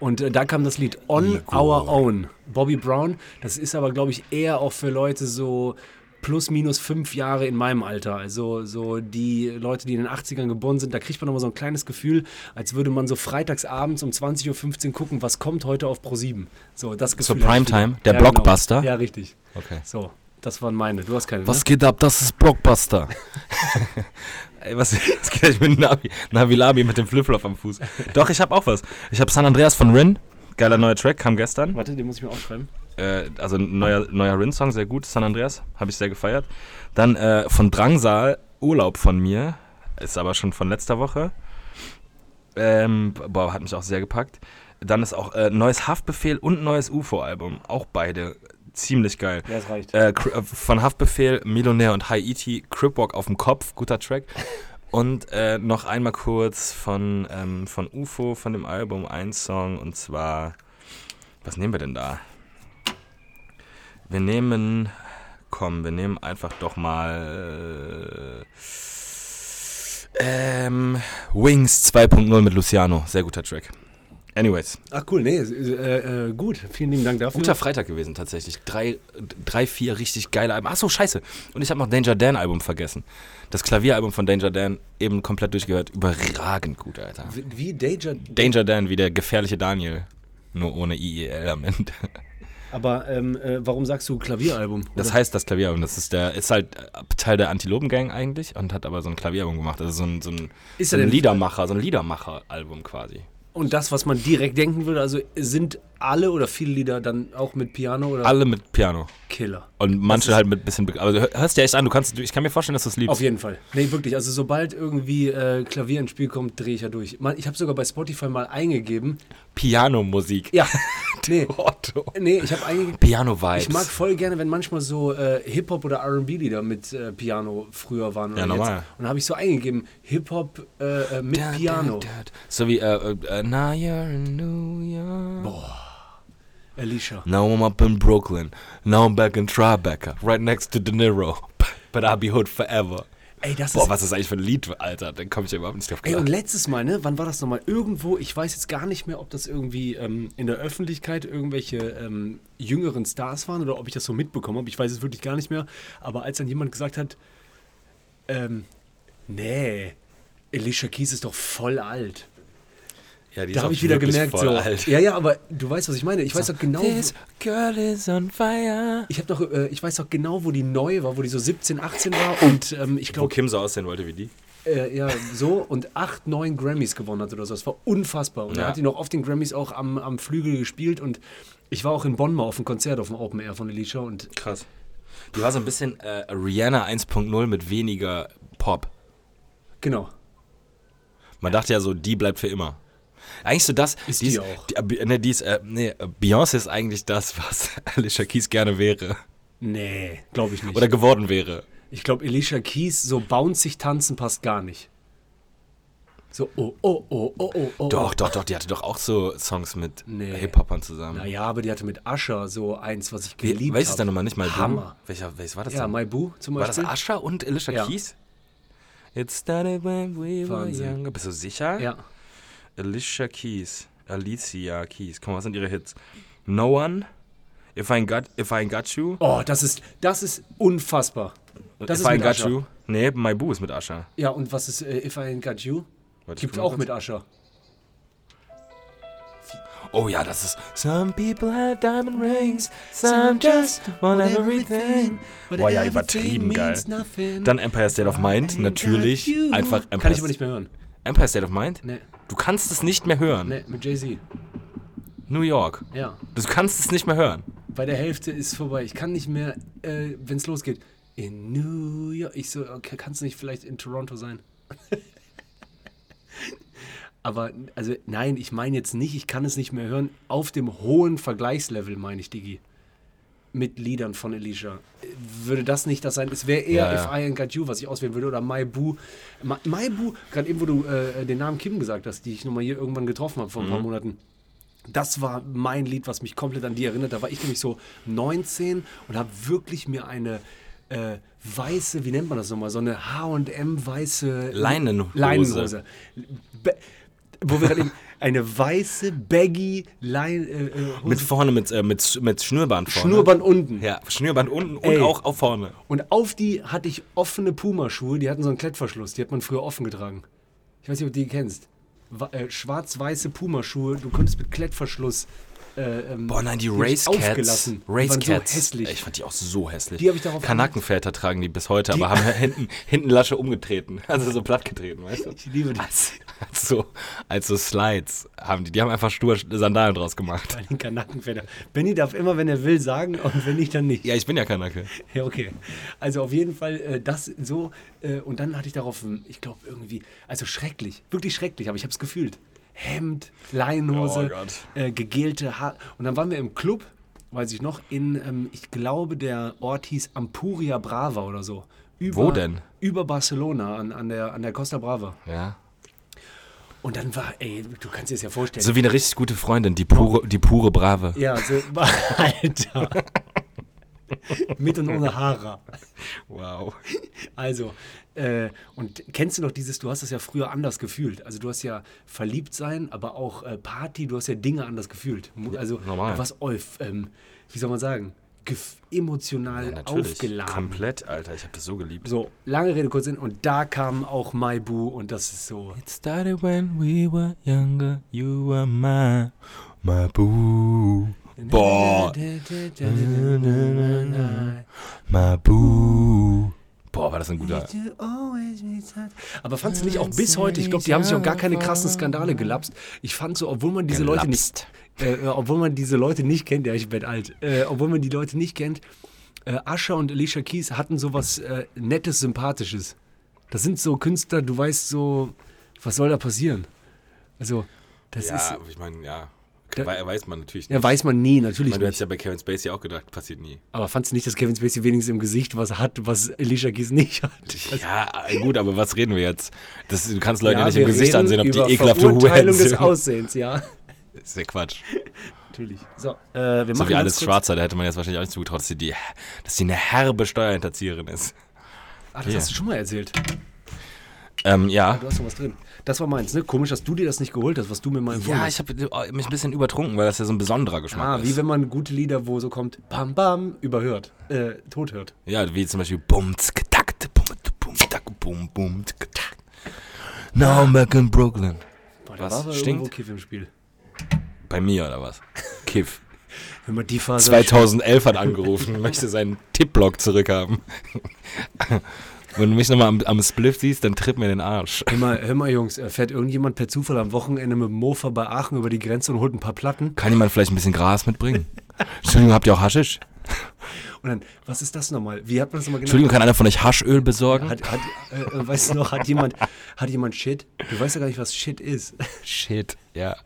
[SPEAKER 2] Und äh, da kam das Lied On Our Own, Bobby Brown. Das ist aber, glaube ich, eher auch für Leute so plus minus fünf Jahre in meinem Alter. Also so die Leute, die in den 80ern geboren sind, da kriegt man nochmal so ein kleines Gefühl, als würde man so freitagsabends um 20.15 Uhr gucken, was kommt heute auf Pro7. So, das Gefühl. hatte ich
[SPEAKER 3] Primetime, der
[SPEAKER 2] wieder.
[SPEAKER 3] Blockbuster?
[SPEAKER 2] Genau. Ja, richtig.
[SPEAKER 3] Okay.
[SPEAKER 2] So, das waren meine. Du hast keine. ne?
[SPEAKER 3] Was geht ab? Das ist Blockbuster. Ey, was, was geht ich mit Navi, Navi Labi mit dem Flipflop am Fuß? Doch, ich habe auch was. Ich habe San Andreas von Rin. Geiler neuer Track, kam gestern.
[SPEAKER 2] Warte, den muss ich mir aufschreiben.
[SPEAKER 3] Äh, also ein neuer, neuer Rin-Song, sehr gut. San Andreas, habe ich sehr gefeiert. Dann äh, von Drangsal, Urlaub von mir. Ist aber schon von letzter Woche. Ähm, boah, hat mich auch sehr gepackt. Dann ist auch äh, neues Haftbefehl und neues UFO-Album. Auch beide ziemlich geil.
[SPEAKER 2] Ja, es reicht.
[SPEAKER 3] Äh, Cri- äh, von Haftbefehl, Millionär und Haiti, Cripwalk auf dem Kopf, guter Track. Und äh, noch einmal kurz von, ähm, von UFO, von dem Album, ein Song und zwar, was nehmen wir denn da? Wir nehmen, komm, wir nehmen einfach doch mal äh, ähm, Wings 2.0 mit Luciano, sehr guter Track. Anyways,
[SPEAKER 2] Ach cool, nee, äh, äh, gut. Vielen lieben Dank dafür.
[SPEAKER 3] Guter Freitag gewesen tatsächlich. Drei, drei vier richtig geile Alben. Achso, scheiße. Und ich habe noch Danger Dan Album vergessen. Das Klavieralbum von Danger Dan eben komplett durchgehört. Überragend gut, Alter.
[SPEAKER 2] Wie- Wie Danger.
[SPEAKER 3] Danger Dan wie der gefährliche Daniel. Nur ohne IEL am Ende.
[SPEAKER 2] Aber ähm, äh, warum sagst du Klavieralbum?
[SPEAKER 3] Das heißt das Klavieralbum. Das ist der ist halt äh, Teil der Antilopengang eigentlich und hat aber so ein Klavieralbum gemacht. Also so ein, so ein,
[SPEAKER 2] Ist
[SPEAKER 3] so
[SPEAKER 2] er
[SPEAKER 3] ein
[SPEAKER 2] denn-
[SPEAKER 3] Liedermacher, so ein Liedermacher-Album quasi.
[SPEAKER 2] Und das, was man direkt denken würde, also sind alle oder viele Lieder dann auch mit Piano oder
[SPEAKER 3] Alle mit Piano.
[SPEAKER 2] Killer?
[SPEAKER 3] Und manche halt mit bisschen. Be also hör- hörst dir echt an, du kannst. Ich kann mir vorstellen, dass du es liebst.
[SPEAKER 2] Auf jeden Fall. Nee, wirklich. Also sobald irgendwie äh, Klavier ins Spiel kommt, drehe ich ja durch. Man, ich habe sogar bei Spotify mal eingegeben.
[SPEAKER 3] Pianomusik.
[SPEAKER 2] Ja. nee,
[SPEAKER 3] Otto.
[SPEAKER 2] nee, ich habe eingegeben.
[SPEAKER 3] Piano-Vibes.
[SPEAKER 2] Ich mag voll gerne, wenn manchmal so äh, Hip-Hop oder RB-Lieder mit äh, Piano früher waren. Oder
[SPEAKER 3] Ja, normal.
[SPEAKER 2] Jetzt. Und da habe ich so eingegeben, Hip-Hop äh, äh, mit Piano.
[SPEAKER 3] So wie, äh, äh, now you're in New York.
[SPEAKER 2] Alicia.
[SPEAKER 3] Now I'm up in Brooklyn. Now I'm back in Tribeca. Right next to De Niro. But I'll be hood forever.
[SPEAKER 2] Ey, das
[SPEAKER 3] Boah,
[SPEAKER 2] ist
[SPEAKER 3] was ist das eigentlich für ein Lied, Alter? Da komme ich ja überhaupt nicht drauf
[SPEAKER 2] Ey,
[SPEAKER 3] klar.
[SPEAKER 2] und letztes Mal, ne? Wann war das nochmal? Irgendwo, ich weiß jetzt gar nicht mehr, ob das irgendwie ähm, in der Öffentlichkeit irgendwelche ähm, jüngeren Stars waren oder ob ich das so mitbekommen habe. Ich weiß es wirklich gar nicht mehr. Aber als dann jemand gesagt hat, ähm, nee, Alicia Keys ist doch voll alt.
[SPEAKER 3] ja, die
[SPEAKER 2] Da
[SPEAKER 3] ist
[SPEAKER 2] habe
[SPEAKER 3] auch
[SPEAKER 2] ich wieder
[SPEAKER 3] wirklich
[SPEAKER 2] gemerkt,
[SPEAKER 3] voll
[SPEAKER 2] so.
[SPEAKER 3] alt.
[SPEAKER 2] Ja, ja, aber du weißt, was ich meine. Ich weiß doch genau.
[SPEAKER 3] This girl is on fire.
[SPEAKER 2] Ich, hab doch, äh, ich weiß doch genau, wo die neu war, wo die so 17, 18 war und ähm, ich
[SPEAKER 3] Wo
[SPEAKER 2] glaube,
[SPEAKER 3] Kim so aussehen wollte wie die.
[SPEAKER 2] äh, ja, so und acht, neun Grammys gewonnen hat oder so. Das war unfassbar. Und da
[SPEAKER 3] Ja.
[SPEAKER 2] hat die noch auf den Grammys auch am, am Flügel gespielt und ich war auch in Bonn mal auf einem Konzert auf dem Open Air von Alicia und
[SPEAKER 3] Krass. Die war so ein bisschen äh, Rihanna 1.0 mit weniger Pop.
[SPEAKER 2] genau.
[SPEAKER 3] Man dachte ja so, die bleibt für immer. Eigentlich so das.
[SPEAKER 2] Ist die auch.
[SPEAKER 3] Die, äh, Be- ne, die ist, äh, nee, äh, Beyoncé ist eigentlich das, was Alicia Keys gerne wäre.
[SPEAKER 2] Nee, glaube ich nicht.
[SPEAKER 3] Oder geworden wäre.
[SPEAKER 2] ich glaube, Alicia Keys, so bounzig tanzen passt gar nicht. So, oh, oh, oh, oh, oh, oh.
[SPEAKER 3] Doch, doch, doch. Die hatte doch auch so Songs mit
[SPEAKER 2] Nee.
[SPEAKER 3] Hip-Hopern zusammen.
[SPEAKER 2] Naja, aber die hatte mit Asher so eins, was ich
[SPEAKER 3] Wie-
[SPEAKER 2] geliebt habe.
[SPEAKER 3] Welches denn nochmal nicht? My Boo?
[SPEAKER 2] Hammer.
[SPEAKER 3] Welcher, welches war das
[SPEAKER 2] Ja,
[SPEAKER 3] denn?
[SPEAKER 2] My Boo zum
[SPEAKER 3] war das
[SPEAKER 2] Beispiel.
[SPEAKER 3] Asha und Alicia
[SPEAKER 2] Ja.
[SPEAKER 3] Keys? It started when we
[SPEAKER 2] Wahnsinn.
[SPEAKER 3] were younger. Bist du sicher?
[SPEAKER 2] Ja.
[SPEAKER 3] Alicia Keys. Alicia Keys. Komm, was sind ihre Hits? No One. If I ain't got, if I ain't got you.
[SPEAKER 2] Oh, das ist, das ist unfassbar. Das
[SPEAKER 3] if
[SPEAKER 2] ist
[SPEAKER 3] I ain't
[SPEAKER 2] mit
[SPEAKER 3] got
[SPEAKER 2] Asher.
[SPEAKER 3] you. Nee, My Boo ist mit Asha.
[SPEAKER 2] Ja, und was ist äh, If I Ain't Got You?
[SPEAKER 3] Warte, ich
[SPEAKER 2] Gibt
[SPEAKER 3] guck mal
[SPEAKER 2] auch mit Ascher.
[SPEAKER 3] kurz. Oh ja, das ist. Some people had diamond rings, some just want everything. Boah, ja, übertrieben geil. Dann Empire State of Mind, natürlich. Einfach Empire,
[SPEAKER 2] Kann ich aber nicht mehr hören.
[SPEAKER 3] Empire State of Mind?
[SPEAKER 2] Nee,
[SPEAKER 3] Du kannst es nicht mehr hören.
[SPEAKER 2] nee, mit Jay-Z.
[SPEAKER 3] New York.
[SPEAKER 2] Ja.
[SPEAKER 3] Du kannst es nicht mehr hören.
[SPEAKER 2] Bei der Hälfte ist vorbei. Ich kann nicht mehr, äh, wenn es losgeht. In New York. Ich so, okay, kann es nicht vielleicht in Toronto sein? Aber, also, nein, ich meine jetzt nicht, ich kann es nicht mehr hören. Auf dem hohen Vergleichslevel, meine ich, Digi. Mit Liedern von Alicia. Äh, Würde das nicht das sein? Es wäre eher
[SPEAKER 3] Ja, ja.
[SPEAKER 2] If I Ain't Got You, was ich auswählen würde. Oder My Boo. Ma- My Boo, gerade eben, wo du äh, den Namen Kim gesagt hast, die ich nochmal hier irgendwann getroffen habe vor ein
[SPEAKER 3] Mhm.
[SPEAKER 2] paar Monaten. Das war mein Lied, was mich komplett an die erinnert. Da war ich nämlich so 19 und habe wirklich mir eine äh, weiße, wie nennt man das nochmal, so eine H&M weiße
[SPEAKER 3] Leinenhose.
[SPEAKER 2] Leinenhose. Be wo wir gerade eben- eine weiße baggy Lein äh, äh, Hose-
[SPEAKER 3] Mit vorne, mit, äh, mit, mit Schnürband vorne.
[SPEAKER 2] Schnurrband unten.
[SPEAKER 3] Ja, Schnürband unten und
[SPEAKER 2] Ey.
[SPEAKER 3] auch auf vorne.
[SPEAKER 2] Und auf die hatte ich offene Pumaschuhe, die hatten so einen Klettverschluss, die hat man früher offen getragen. Ich weiß nicht, ob du die kennst. Wa- äh, Schwarz-weiße Pumaschuhe, du konntest mit Klettverschluss. Äh, ähm,
[SPEAKER 3] Boah, nein, die
[SPEAKER 2] hab ich
[SPEAKER 3] Race Cats.
[SPEAKER 2] Aufgelassen. Die
[SPEAKER 3] Race
[SPEAKER 2] waren
[SPEAKER 3] Cats.
[SPEAKER 2] So hässlich.
[SPEAKER 3] Ey, Ich fand die auch so hässlich.
[SPEAKER 2] Die hab ich darauf
[SPEAKER 3] Kanakenväter tragen die bis heute, aber haben hinten, hinten Lasche umgetreten. Also so platt getreten, weißt du?
[SPEAKER 2] ich liebe die.
[SPEAKER 3] Als, als, so, als so Slides haben die. Die haben einfach stur Sandalen draus gemacht.
[SPEAKER 2] Bei den Kanakenfedern. Benny darf immer, wenn er will, sagen und wenn nicht, dann nicht.
[SPEAKER 3] Ja, ich bin ja Kanake.
[SPEAKER 2] Ja, okay. Also auf jeden Fall äh, das so. Äh, und dann hatte ich darauf, hm, ich glaube, irgendwie, also schrecklich, wirklich schrecklich, aber ich habe es gefühlt. Hemd,
[SPEAKER 3] Oh
[SPEAKER 2] Leinenhose,
[SPEAKER 3] Gott.
[SPEAKER 2] äh, gegelte Haare. Und dann waren wir im Club, weiß ich noch, in, ähm, ich glaube, der Ort hieß Ampuria Brava oder so. Über,
[SPEAKER 3] Wo denn?
[SPEAKER 2] Über Barcelona, an, an, der, an der Costa Brava.
[SPEAKER 3] Ja.
[SPEAKER 2] Und dann war, ey, du kannst dir das ja vorstellen.
[SPEAKER 3] So wie eine richtig gute Freundin, die pure, die pure Brave.
[SPEAKER 2] ja, so, Alter. Mit und ohne Haare.
[SPEAKER 3] Wow.
[SPEAKER 2] Also, äh, und kennst du noch dieses, du hast das ja früher anders gefühlt. Also du hast ja verliebt sein, aber auch äh, Party, du hast ja Dinge anders gefühlt. Mu- Also
[SPEAKER 3] normal.
[SPEAKER 2] du warst euf, ähm, wie soll man sagen, gef- emotional Äh, aufgeladen.
[SPEAKER 3] Komplett, Alter. Ich habe das so geliebt.
[SPEAKER 2] So, lange Rede, kurz hin. Und da kam auch Maibu und das ist so.
[SPEAKER 3] It started when we were younger, you were my, my boo. Boah. My boo. Boah, war das ein guter.
[SPEAKER 2] Aber fandst du nicht auch bis heute, ich glaube, die haben sich auch gar keine krassen Skandale gelapst. Ich fand so, obwohl man diese Leute nicht, äh, äh, obwohl man diese Leute nicht kennt, ja, ich bin alt, äh, obwohl man die Leute nicht kennt, äh, Asher und Alicia Keys hatten sowas äh, Nettes, Sympathisches. Das sind so Künstler, du weißt so, was soll da passieren? Also, das ist,
[SPEAKER 3] ich meine, ja.
[SPEAKER 2] Da-
[SPEAKER 3] Wei- weiß man natürlich nicht.
[SPEAKER 2] ja, weiß man nie,
[SPEAKER 3] Ich
[SPEAKER 2] natürlich
[SPEAKER 3] meine, du
[SPEAKER 2] nicht.
[SPEAKER 3] hättest ja bei Kevin Spacey auch gedacht, passiert nie.
[SPEAKER 2] Aber fandst du nicht, dass Kevin Spacey wenigstens im Gesicht was hat, was Alicia Keys nicht hat?
[SPEAKER 3] Ja, äh, gut, aber was reden wir jetzt? Das, du kannst Leute
[SPEAKER 2] Ja,
[SPEAKER 3] nicht im
[SPEAKER 2] wir
[SPEAKER 3] Gesicht
[SPEAKER 2] reden
[SPEAKER 3] ansehen, ob die
[SPEAKER 2] über
[SPEAKER 3] ekelhafte Huren
[SPEAKER 2] Verurteilung des
[SPEAKER 3] sind.
[SPEAKER 2] Aussehens, ja.
[SPEAKER 3] Das ist ja Quatsch.
[SPEAKER 2] Natürlich. So, äh, wir machen
[SPEAKER 3] So wie
[SPEAKER 2] ganz
[SPEAKER 3] alles
[SPEAKER 2] kurz-
[SPEAKER 3] Schwarzer, da hätte man jetzt wahrscheinlich auch nicht zugetraut, dass sie, die, dass sie eine herbe Steuerhinterzieherin ist.
[SPEAKER 2] Ah, das
[SPEAKER 3] Ja.
[SPEAKER 2] hast du schon mal erzählt.
[SPEAKER 3] Ähm, ja.
[SPEAKER 2] Du hast noch was drin. Das war meins, ne? Komisch, dass du dir das nicht geholt hast, was du mir mal empfohlen
[SPEAKER 3] Ja,
[SPEAKER 2] hast.
[SPEAKER 3] ich habe mich ein bisschen übertrunken, weil das ja so ein besonderer Geschmack
[SPEAKER 2] Ah,
[SPEAKER 3] ist.
[SPEAKER 2] wie wenn man gute Lieder, wo so kommt, bam, bam, überhört, äh, tot hört.
[SPEAKER 3] Ja, wie zum Beispiel Bum, tsk, tack, t, bum, t, bum, tack, bum, bum, tsk, tack. Now I'm back in Brooklyn.
[SPEAKER 2] Boah,
[SPEAKER 3] Was?
[SPEAKER 2] aber
[SPEAKER 3] Stinkt?
[SPEAKER 2] irgendwo Kiff im Spiel.
[SPEAKER 3] Bei mir oder was? Kiff.
[SPEAKER 2] Wenn man die Phase...
[SPEAKER 3] 2011 Also hat angerufen, möchte seinen Tippblock zurückhaben. Wenn du mich nochmal am, am Spliff siehst, dann tritt mir den Arsch.
[SPEAKER 2] Hör mal, hör mal, Jungs, äh, fährt irgendjemand per Zufall am Wochenende mit dem Mofa bei Aachen über die Grenze und holt ein paar Platten?
[SPEAKER 3] Kann jemand vielleicht ein bisschen Gras mitbringen? Entschuldigung, habt ihr auch Haschisch?
[SPEAKER 2] Und dann, was ist das nochmal? Wie hat man das nochmal genannt?
[SPEAKER 3] Entschuldigung, kann einer von euch Haschöl besorgen?
[SPEAKER 2] Hat, hat, äh, äh, weißt du noch, hat jemand, hat jemand Shit? Du weißt ja gar nicht, was Shit ist.
[SPEAKER 3] Shit, ja.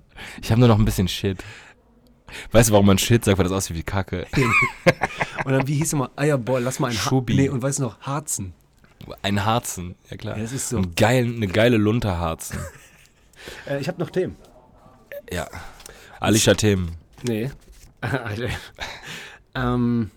[SPEAKER 3] Ich habe nur noch ein bisschen Shit. Weißt du, warum man Shit sagt, weil das aussieht wie Kacke?
[SPEAKER 2] Und dann, wie hieß nochmal? Ah ja, boah, lass mal ein Ha-
[SPEAKER 3] Schubi.
[SPEAKER 2] Nee, und weißt du noch, Harzen.
[SPEAKER 3] Ein Harzen, ja klar.
[SPEAKER 2] Ja, das ist so.
[SPEAKER 3] Ein geil, eine geile Lunterharzen.
[SPEAKER 2] Äh, ich habe noch Themen.
[SPEAKER 3] Ja. Alicia Themen.
[SPEAKER 2] Nee. Alter. ähm,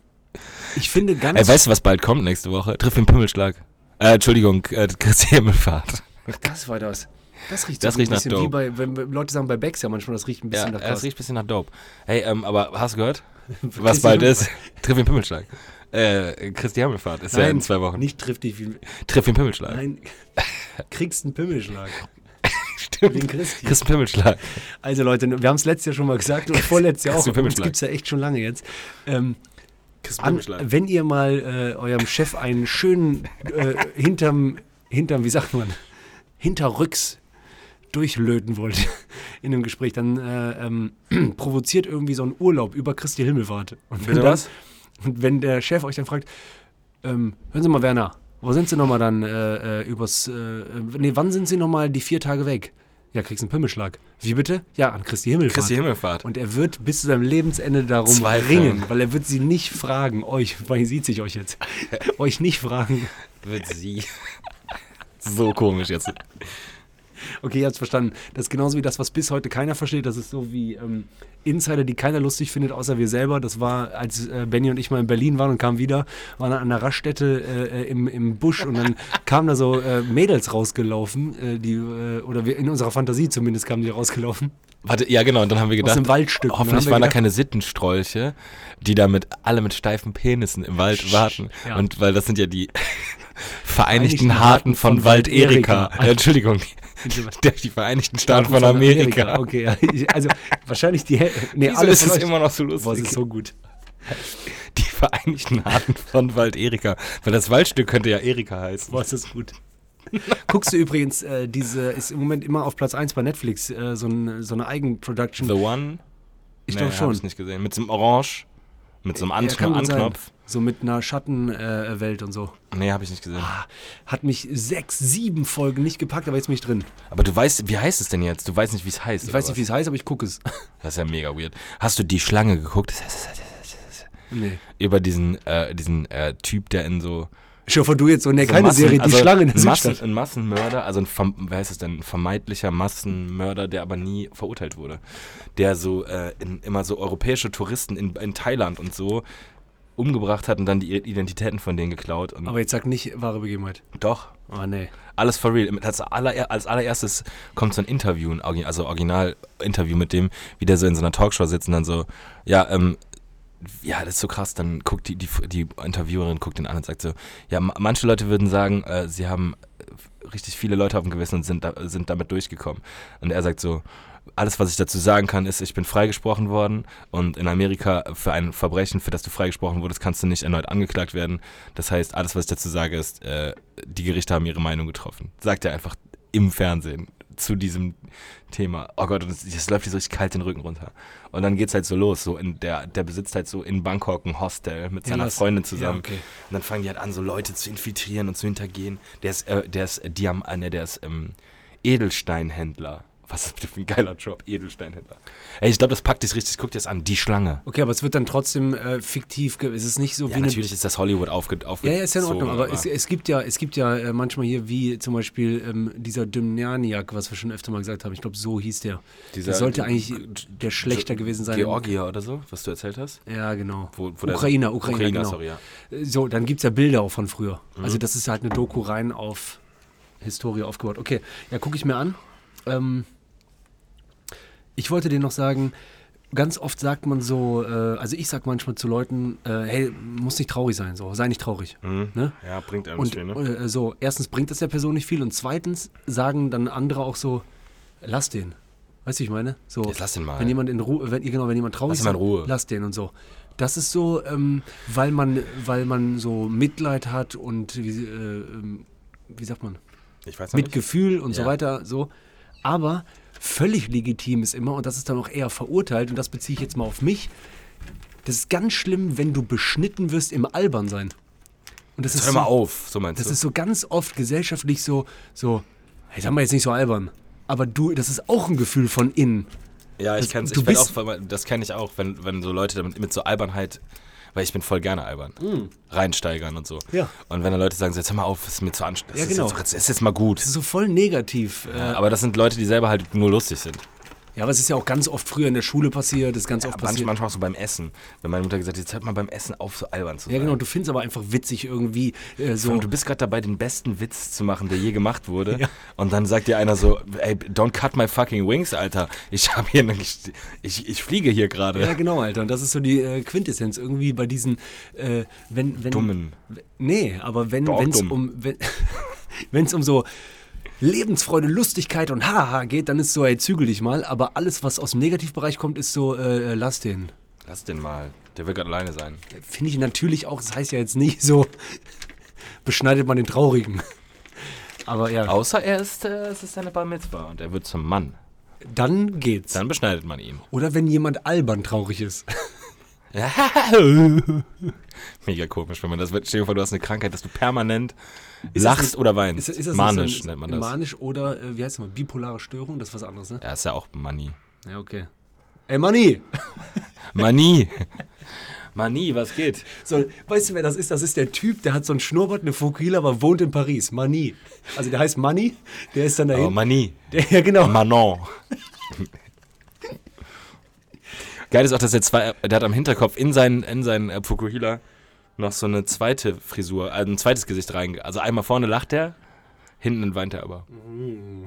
[SPEAKER 2] ich finde ganz.
[SPEAKER 3] Ey, weißt du, was bald kommt nächste Woche? Trifft den Pimmelschlag. Äh, Entschuldigung, äh, Christi Himmelfahrt.
[SPEAKER 2] das war das. Das riecht
[SPEAKER 3] Das
[SPEAKER 2] so
[SPEAKER 3] riecht
[SPEAKER 2] ein
[SPEAKER 3] nach
[SPEAKER 2] bisschen
[SPEAKER 3] Dope.
[SPEAKER 2] wie bei, wenn wenn Leute sagen bei Becks ja manchmal, das riecht ein bisschen
[SPEAKER 3] Ja, äh,
[SPEAKER 2] nach
[SPEAKER 3] das
[SPEAKER 2] Gras.
[SPEAKER 3] riecht ein bisschen nach Dope. Hey, ähm, aber hast du gehört? was bald ist? Triff den Pimmelschlag. Äh, Christi Himmelfahrt ist ja in zwei Wochen.
[SPEAKER 2] Nicht trifft dich wie.
[SPEAKER 3] Triff den Pimmelschlag.
[SPEAKER 2] Nein. Kriegst einen Pimmelschlag. Wegen Christi.
[SPEAKER 3] Christen Pimmelschlag.
[SPEAKER 2] Also Leute, wir haben es letztes Jahr schon mal gesagt und vorletztes Jahr auch.
[SPEAKER 3] Christian
[SPEAKER 2] Das
[SPEAKER 3] Pimmelschlag.
[SPEAKER 2] gibt es ja echt schon lange jetzt. Ähm,
[SPEAKER 3] Christen
[SPEAKER 2] an,
[SPEAKER 3] Pimmelschlag.
[SPEAKER 2] wenn ihr mal äh, eurem Chef einen schönen äh, hinterm, hinterm, wie sagt man, hinterrücks durchlöten wollt in einem Gespräch, dann äh, ähm, provoziert irgendwie so einen Urlaub über Christi Himmelfahrt. Und wenn,
[SPEAKER 3] Bitte
[SPEAKER 2] dann,
[SPEAKER 3] was?
[SPEAKER 2] und wenn der Chef euch dann fragt, ähm, hören Sie mal, Werner, wo sind Sie nochmal dann äh, äh, übers, äh, äh, nee, wann sind Sie nochmal die vier Tage weg? Ja, kriegst einen Pimmelschlag. Wie bitte? Ja, an Christi Himmelfahrt.
[SPEAKER 3] Christi Himmelfahrt.
[SPEAKER 2] Und er wird bis zu seinem Lebensende darum
[SPEAKER 3] Zweifeln.
[SPEAKER 2] ringen, weil er wird sie nicht fragen, euch, weil sieht sich euch jetzt, euch nicht fragen.
[SPEAKER 3] Wird sie. so komisch jetzt.
[SPEAKER 2] Okay, ihr habt's verstanden. Das ist genauso wie das, was bis heute keiner versteht. Das ist so wie ähm, Insider, die keiner lustig findet, außer wir selber. Das war, als äh, Benny und ich mal in Berlin waren und kamen wieder, waren an einer Raststätte äh, äh, im, im Busch und dann kamen da so äh, Mädels rausgelaufen, äh, die, äh, oder wir, in unserer Fantasie zumindest kamen die rausgelaufen.
[SPEAKER 3] Warte, ja genau, und dann haben wir
[SPEAKER 2] Aus
[SPEAKER 3] gedacht,
[SPEAKER 2] dem Waldstück. Und
[SPEAKER 3] hoffentlich
[SPEAKER 2] dann
[SPEAKER 3] waren
[SPEAKER 2] haben wir
[SPEAKER 3] da keine Sittenstrolche, die da mit, alle mit steifen Penissen im Wald warten.
[SPEAKER 2] ja.
[SPEAKER 3] Und weil das sind ja die Vereinigten
[SPEAKER 2] Vereinigten
[SPEAKER 3] Harten
[SPEAKER 2] Harten
[SPEAKER 3] von
[SPEAKER 2] von
[SPEAKER 3] Wald Erika.
[SPEAKER 2] Wald-Erika.
[SPEAKER 3] Äh, Entschuldigung, die, die Vereinigten Staaten von Amerika.
[SPEAKER 2] Okay, ja. Ich- also wahrscheinlich die Hel- Nee,
[SPEAKER 3] Wieso
[SPEAKER 2] alle
[SPEAKER 3] ist
[SPEAKER 2] von
[SPEAKER 3] es
[SPEAKER 2] euch-
[SPEAKER 3] immer noch so
[SPEAKER 2] Boah, es
[SPEAKER 3] lustig?
[SPEAKER 2] ist so gut.
[SPEAKER 3] Die Vereinigten Harten von Wald Erika. Weil das Waldstück könnte ja Erika heißen.
[SPEAKER 2] Boah, es ist gut. Guckst du übrigens, äh, diese ist im Moment immer auf Platz 1 bei Netflix, äh, so, ein, so eine Eigenproduction.
[SPEAKER 3] The One?
[SPEAKER 2] ich
[SPEAKER 3] Nee,
[SPEAKER 2] glaube
[SPEAKER 3] hab
[SPEAKER 2] schon.
[SPEAKER 3] ich nicht gesehen. Mit so einem Orange, mit so einem An
[SPEAKER 2] Ja, kann gut sein.
[SPEAKER 3] Anknopf.
[SPEAKER 2] So mit einer Schattenwelt äh, Welt und so.
[SPEAKER 3] Nee, habe ich nicht gesehen.
[SPEAKER 2] Ah, Hat mich sechs, sieben Folgen nicht gepackt, aber jetzt bin ich drin.
[SPEAKER 3] Aber du weißt, wie heißt es denn jetzt? Du weißt nicht, wie es heißt.
[SPEAKER 2] Ich weiß nicht, wie es heißt, aber ich gucke es.
[SPEAKER 3] Das ist ja mega weird. Hast du die Schlange geguckt?
[SPEAKER 2] nee.
[SPEAKER 3] Über diesen, äh, diesen äh, Typ, der in so.
[SPEAKER 2] Ich hoffe, du jetzt so. Nee,
[SPEAKER 3] so
[SPEAKER 2] keine
[SPEAKER 3] Massen-
[SPEAKER 2] Serie, die
[SPEAKER 3] also
[SPEAKER 2] Schlange in
[SPEAKER 3] ein
[SPEAKER 2] der
[SPEAKER 3] Massen,
[SPEAKER 2] Südstadt.
[SPEAKER 3] ein Massenmörder, also ein, verm- wie heißt es denn, ein vermeintlicher Massenmörder, der aber nie verurteilt wurde. Der so äh, in, immer so europäische Touristen in, in Thailand und so umgebracht hat und dann die Identitäten von denen geklaut. Und
[SPEAKER 2] Aber jetzt sag nicht wahre Begebenheit.
[SPEAKER 3] doch,
[SPEAKER 2] Oh, nee.
[SPEAKER 3] alles for real. Als, aller, als allererstes kommt so ein Interview, ein Orgi- also Original-Interview mit dem, wie der so in so einer Talkshow sitzt und dann so, ja, ähm, ja, das ist so krass. Dann guckt die, die, die Interviewerin guckt ihn an und sagt so, ja, ma- manche Leute würden sagen, äh, sie haben äh, richtig viele Leute auf dem Gewissen und sind, da, sind damit durchgekommen. Und er sagt so, alles, was ich dazu sagen kann, ist, ich bin freigesprochen worden und in Amerika für ein Verbrechen, für das du freigesprochen wurdest, kannst du nicht erneut angeklagt werden. Das heißt, alles, was ich dazu sage, ist, äh, die Gerichte haben ihre Meinung getroffen. Sagt er einfach im Fernsehen zu diesem Thema. Oh Gott, und das, das läuft dir so richtig kalt den Rücken runter. Und dann geht's halt so los. So in der, der besitzt halt so in Bangkok ein Hostel mit
[SPEAKER 2] Ja,
[SPEAKER 3] seiner
[SPEAKER 2] das-
[SPEAKER 3] Freundin zusammen.
[SPEAKER 2] ja, okay.
[SPEAKER 3] Und dann fangen die halt an, so Leute zu infiltrieren und zu hintergehen. Der ist, äh, der ist, äh, Diam, äh, ne, der ist ähm, Edelsteinhändler. Was ist das für ein geiler Job, Edelsteinhändler. Ey, ich glaube, das packt dich richtig. Guck dir das an, die Schlange.
[SPEAKER 2] Okay, aber es wird dann trotzdem äh, fiktiv. ge- Es ist nicht so
[SPEAKER 3] Ja,
[SPEAKER 2] wie eine
[SPEAKER 3] natürlich ist das Hollywood aufge
[SPEAKER 2] Ja,
[SPEAKER 3] aufgezogen.
[SPEAKER 2] ja, ist ja eh in Ordnung, aber es, es gibt ja, es gibt ja äh, manchmal hier, wie zum Beispiel ähm, dieser Dymnianiak, was wir schon öfter mal gesagt haben, ich glaube, so hieß der.
[SPEAKER 3] Dieser-
[SPEAKER 2] das sollte eigentlich der Schlechter gewesen sein.
[SPEAKER 3] Georgier oder so, was du erzählt hast.
[SPEAKER 2] Ja, genau.
[SPEAKER 3] Wo- wo der-
[SPEAKER 2] Ukrainer, Ukrainer,
[SPEAKER 3] Ukrainer,
[SPEAKER 2] genau.
[SPEAKER 3] sorry, ja. Mhm.
[SPEAKER 2] Äh, So, dann gibt es ja Bilder auch von früher. Also das ist halt eine Doku rein auf Historie aufgebaut. Okay, ja, gucke ich mir an. Ähm, ich wollte dir noch sagen, ganz oft sagt man so, äh, also ich sag manchmal zu Leuten, äh, hey, muss nicht traurig sein, so, sei nicht traurig.
[SPEAKER 3] Mhm.
[SPEAKER 2] Ne?
[SPEAKER 3] Ja, bringt einem
[SPEAKER 2] Und
[SPEAKER 3] viel, ne?
[SPEAKER 2] äh, so, erstens bringt das der Person nicht viel und zweitens sagen dann andere auch so, lass den. Weißt du, wie ich meine? So,
[SPEAKER 3] Jetzt lass den mal.
[SPEAKER 2] Wenn jemand in Ruhe, wenn, genau, wenn jemand traurig
[SPEAKER 3] Lass ihn mal in Ruhe.
[SPEAKER 2] lass den und so. Das ist so, ähm, weil, man, weil man so Mitleid hat und wie, äh, ähm, wie sagt man?
[SPEAKER 3] Ich weiß noch
[SPEAKER 2] mit
[SPEAKER 3] nicht.
[SPEAKER 2] Gefühl und so
[SPEAKER 3] Ja.
[SPEAKER 2] weiter, so. Aber völlig legitim ist immer, und das ist dann auch eher verurteilt, und das beziehe ich jetzt mal auf mich. Das ist ganz schlimm, wenn du beschnitten wirst im Albernsein. Und das ist
[SPEAKER 3] Hör mal
[SPEAKER 2] so-
[SPEAKER 3] auf, so meinst
[SPEAKER 2] das
[SPEAKER 3] du.
[SPEAKER 2] ist so ganz oft gesellschaftlich so, so, hey, sag mal jetzt nicht so albern. Aber du, das ist auch ein Gefühl von innen.
[SPEAKER 3] Ja, ich
[SPEAKER 2] Das-
[SPEAKER 3] kenn's.
[SPEAKER 2] du
[SPEAKER 3] Ich werd
[SPEAKER 2] bist-
[SPEAKER 3] auch, weil- das kenne ich auch, wenn, wenn so Leute damit, mit so Albernheit, weil ich bin voll gerne albern, reinsteigern und so.
[SPEAKER 2] Hm. Ja.
[SPEAKER 3] Und wenn da Leute sagen, so, jetzt hör mal auf, das ist mir zu anstrengend.
[SPEAKER 2] Ja,
[SPEAKER 3] das ist
[SPEAKER 2] genau.
[SPEAKER 3] Jetzt, das ist jetzt mal gut.
[SPEAKER 2] Das ist so voll negativ. Äh,
[SPEAKER 3] Aber das sind Leute, die selber halt nur lustig sind.
[SPEAKER 2] ja, aber es ist ja auch ganz oft früher in der Schule passiert, das ist ganz oft
[SPEAKER 3] Manchmal,
[SPEAKER 2] passiert.
[SPEAKER 3] manchmal auch so beim Essen. Wenn meine Mutter gesagt hat, jetzt hört mal beim Essen auf, so albern zu sein.
[SPEAKER 2] Ja, genau, du findest aber einfach witzig irgendwie äh, so.
[SPEAKER 3] Und du bist gerade dabei, den besten Witz zu machen, der je gemacht wurde. Und dann sagt dir einer so, ey, don't cut my fucking wings, Alter. Ich habe hier, eine, Gest- ich, ich fliege hier gerade.
[SPEAKER 2] Ja, genau, Alter. Und das ist so die äh, Quintessenz irgendwie bei diesen, äh, wenn, wenn.
[SPEAKER 3] Dummen.
[SPEAKER 2] w- Nee, aber wenn
[SPEAKER 3] Doch,
[SPEAKER 2] es
[SPEAKER 3] dumm.
[SPEAKER 2] um. Wenn es um so. Lebensfreude, Lustigkeit und Haha geht, dann ist so, ey, zügel dich mal. Aber alles, was aus dem Negativbereich kommt, ist so, äh, äh, lass den.
[SPEAKER 3] Lass den mal. Der will gerade alleine sein.
[SPEAKER 2] Finde ich natürlich auch, das heißt ja jetzt nicht so, beschneidet man den Traurigen. Aber ja,
[SPEAKER 3] Außer er ist, äh, es ist seine Bar Mitzvah und er wird zum Mann.
[SPEAKER 2] dann geht's.
[SPEAKER 3] Dann beschneidet man ihn.
[SPEAKER 2] Oder wenn jemand albern traurig ist.
[SPEAKER 3] Mega komisch, wenn man das wird. Stell dir vor, du hast eine Krankheit, dass du permanent lachst oder weinst.
[SPEAKER 2] Ist, ist das nicht
[SPEAKER 3] manisch
[SPEAKER 2] so ein,
[SPEAKER 3] nennt man das.
[SPEAKER 2] Manisch oder, äh, wie heißt es mal, bipolare Störung, das ist was anderes, ne?
[SPEAKER 3] ja, ist ja auch Manie.
[SPEAKER 2] Ja, okay. Ey, Manni!
[SPEAKER 3] Manie! Manie, was geht?
[SPEAKER 2] So, weißt du, wer das ist? Das ist der Typ, der hat so einen Schnurrbart, eine Fokrila, aber wohnt in Paris. Mani. Also der heißt Mani, der ist dann dahin.
[SPEAKER 3] Oh, Manie.
[SPEAKER 2] der, ja, genau.
[SPEAKER 3] Manon. Geil ist auch, dass er zwei, der hat am Hinterkopf in seinen, in seinen äh, Fukuhila noch so eine zweite Frisur, also ein zweites Gesicht rein. Also einmal vorne lacht er, hinten weint er aber. Mm.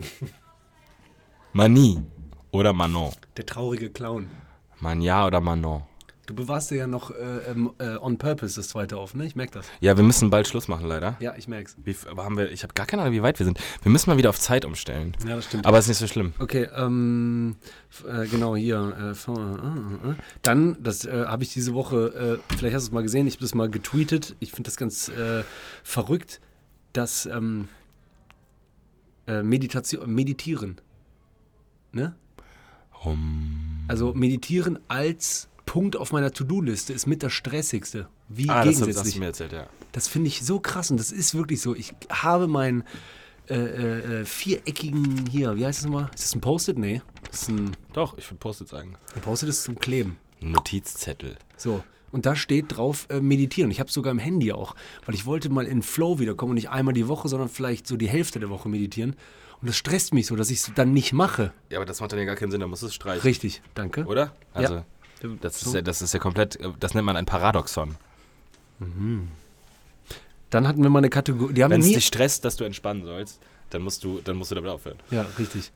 [SPEAKER 3] Manie oder Manon.
[SPEAKER 2] Der traurige Clown.
[SPEAKER 3] Mania oder Manon.
[SPEAKER 2] Du bewahrst dir ja noch äh, ähm, äh, on purpose das zweite auf, ne? Ich merk das.
[SPEAKER 3] Ja, wir müssen bald Schluss machen, leider.
[SPEAKER 2] Ja, ich merk's.
[SPEAKER 3] Wie, f- aber haben wir, ich habe gar keine Ahnung, wie weit wir sind. Wir müssen mal wieder auf Zeit umstellen.
[SPEAKER 2] Ja, das stimmt.
[SPEAKER 3] Aber ist nicht so schlimm.
[SPEAKER 2] Okay, ähm, f- äh, genau hier. Äh, f- äh, äh, äh. dann, das äh, habe ich diese Woche, äh, vielleicht hast du es mal gesehen, ich habe das mal getweetet. Ich finde das ganz äh, verrückt, dass ähm, äh, Meditation, Meditieren, ne?
[SPEAKER 3] Um.
[SPEAKER 2] Also Meditieren als Punkt auf meiner To-Do-Liste ist mit das Stressigste. Wie
[SPEAKER 3] Ah, das, das hast
[SPEAKER 2] gegensätzlich.
[SPEAKER 3] du mir erzählt, ja.
[SPEAKER 2] Das finde ich so krass und das ist wirklich so. Ich habe meinen äh, äh, äh, viereckigen hier, wie heißt das nochmal? Ist das ein Post-it? Nee. Das ist ein,
[SPEAKER 3] Doch, ich würde Post-it sagen.
[SPEAKER 2] ein Post-it ist zum Kleben.
[SPEAKER 3] Notizzettel.
[SPEAKER 2] So. Und da steht drauf äh, meditieren. Ich habe es sogar im Handy auch, weil ich wollte mal in Flow wiederkommen und nicht einmal die Woche, sondern vielleicht so die Hälfte der Woche meditieren. Und das stresst mich so, dass ich es dann nicht mache.
[SPEAKER 3] Ja, aber das macht dann ja gar keinen Sinn, da muss es streichen.
[SPEAKER 2] Richtig, danke.
[SPEAKER 3] Oder? Also,
[SPEAKER 2] Ja.
[SPEAKER 3] das, ist ja, das ist ja komplett, äh, das nennt man ein Paradoxon.
[SPEAKER 2] Dann hatten wir mal eine Kategorie. Die haben wir
[SPEAKER 3] Wenn es
[SPEAKER 2] nie.
[SPEAKER 3] dich stresst, dass du entspannen sollst, dann musst du, dann musst du damit aufhören.
[SPEAKER 2] Ja, richtig.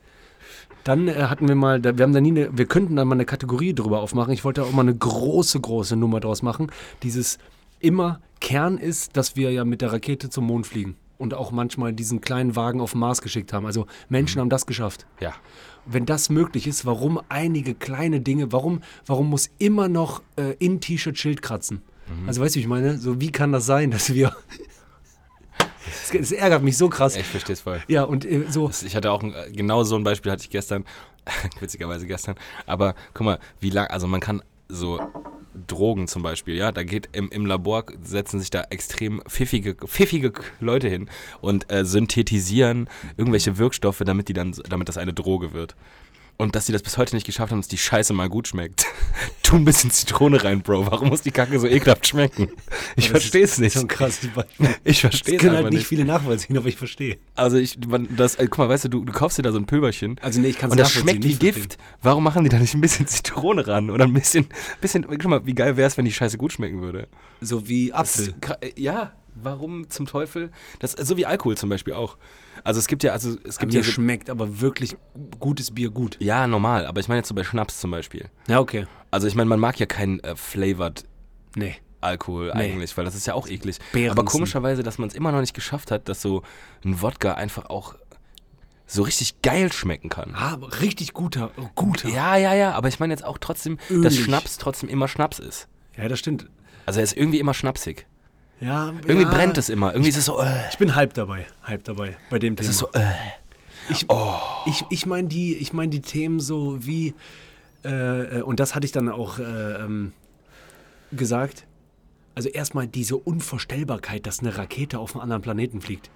[SPEAKER 2] Dann äh, hatten wir mal, da, wir haben da nie eine, wir könnten da mal eine Kategorie drüber aufmachen. Ich wollte da auch mal eine große, große Nummer draus machen. Dieses immer Kern ist, dass wir ja mit der Rakete zum Mond fliegen und auch manchmal diesen kleinen Wagen auf den Mars geschickt haben. Also Menschen haben das geschafft.
[SPEAKER 3] Ja.
[SPEAKER 2] Wenn das möglich ist, warum einige kleine Dinge, warum, warum muss immer noch äh, in T-Shirt Schild kratzen? Also weißt du, wie ich meine, so wie kann das sein, dass wir. Es es ärgert mich so krass.
[SPEAKER 3] Ich verstehe es voll.
[SPEAKER 2] Ja, und äh, so.
[SPEAKER 3] Ich hatte auch ein, äh, genau so ein Beispiel hatte ich gestern, witzigerweise gestern. Aber guck mal, wie lang, also man kann so Drogen zum Beispiel, ja, da geht im, im Labor setzen sich da extrem pfiffige, pfiffige Leute hin und äh, synthetisieren irgendwelche Wirkstoffe, damit die dann, damit das eine Droge wird. Und dass sie das bis heute nicht geschafft haben, dass die Scheiße mal gut schmeckt. tu ein bisschen Zitrone rein, Bro. Warum muss die Kacke so ekelhaft schmecken? Ich verstehe es nicht.
[SPEAKER 2] Schon krass. die beiden.
[SPEAKER 3] Ich
[SPEAKER 2] Das
[SPEAKER 3] verstehe es
[SPEAKER 2] können
[SPEAKER 3] einfach
[SPEAKER 2] halt nicht,
[SPEAKER 3] nicht.
[SPEAKER 2] viele nachvollziehen, aber ich verstehe.
[SPEAKER 3] Also ich, man, das, äh, guck mal, weißt du, du, du kaufst dir da so ein Pülverchen.
[SPEAKER 2] Also nee, ich kann's
[SPEAKER 3] Und das
[SPEAKER 2] nachvollziehen,
[SPEAKER 3] schmeckt wie
[SPEAKER 2] nicht verstehen.
[SPEAKER 3] Gift. Warum machen die da nicht ein bisschen Zitrone ran? Oder ein bisschen, bisschen, guck mal, wie geil wäre es, wenn die Scheiße gut schmecken
[SPEAKER 2] Äh.
[SPEAKER 3] würde.
[SPEAKER 2] So wie Apfel.
[SPEAKER 3] Kra- äh, Ja, warum zum Teufel? Das, so wie Alkohol zum Beispiel auch. Also es gibt ja, also es gibt ja,
[SPEAKER 2] Mir
[SPEAKER 3] so-
[SPEAKER 2] schmeckt aber wirklich gutes Bier gut.
[SPEAKER 3] ja normal, aber ich meine jetzt so bei Schnaps zum Beispiel.
[SPEAKER 2] Ja, okay.
[SPEAKER 3] Also ich meine, man mag ja keinen äh, flavored
[SPEAKER 2] Nee.
[SPEAKER 3] Alkohol eigentlich, weil das ist ja auch eklig.
[SPEAKER 2] Beerensen.
[SPEAKER 3] Aber komischerweise, dass man es immer noch nicht geschafft hat, dass so ein Wodka einfach auch so richtig geil schmecken kann.
[SPEAKER 2] Ah, aber richtig guter. Oh, guter.
[SPEAKER 3] Ja, ja, ja, aber ich meine jetzt auch trotzdem, dass
[SPEAKER 2] Ölig.
[SPEAKER 3] Schnaps trotzdem immer Schnaps ist.
[SPEAKER 2] Ja, das stimmt.
[SPEAKER 3] Also er ist irgendwie immer schnapsig.
[SPEAKER 2] Ja,
[SPEAKER 3] Irgendwie
[SPEAKER 2] ja.
[SPEAKER 3] brennt es immer. Irgendwie ist es so, äh,
[SPEAKER 2] Ich bin halb dabei. Halb dabei bei dem Thema.
[SPEAKER 3] ist so, äh.
[SPEAKER 2] Ich, ich, ich meine die, ich mein die Themen so wie, äh, äh, und das hatte ich dann auch äh, ähm, gesagt, also erstmal diese Unvorstellbarkeit, dass eine Rakete auf einen anderen Planeten fliegt.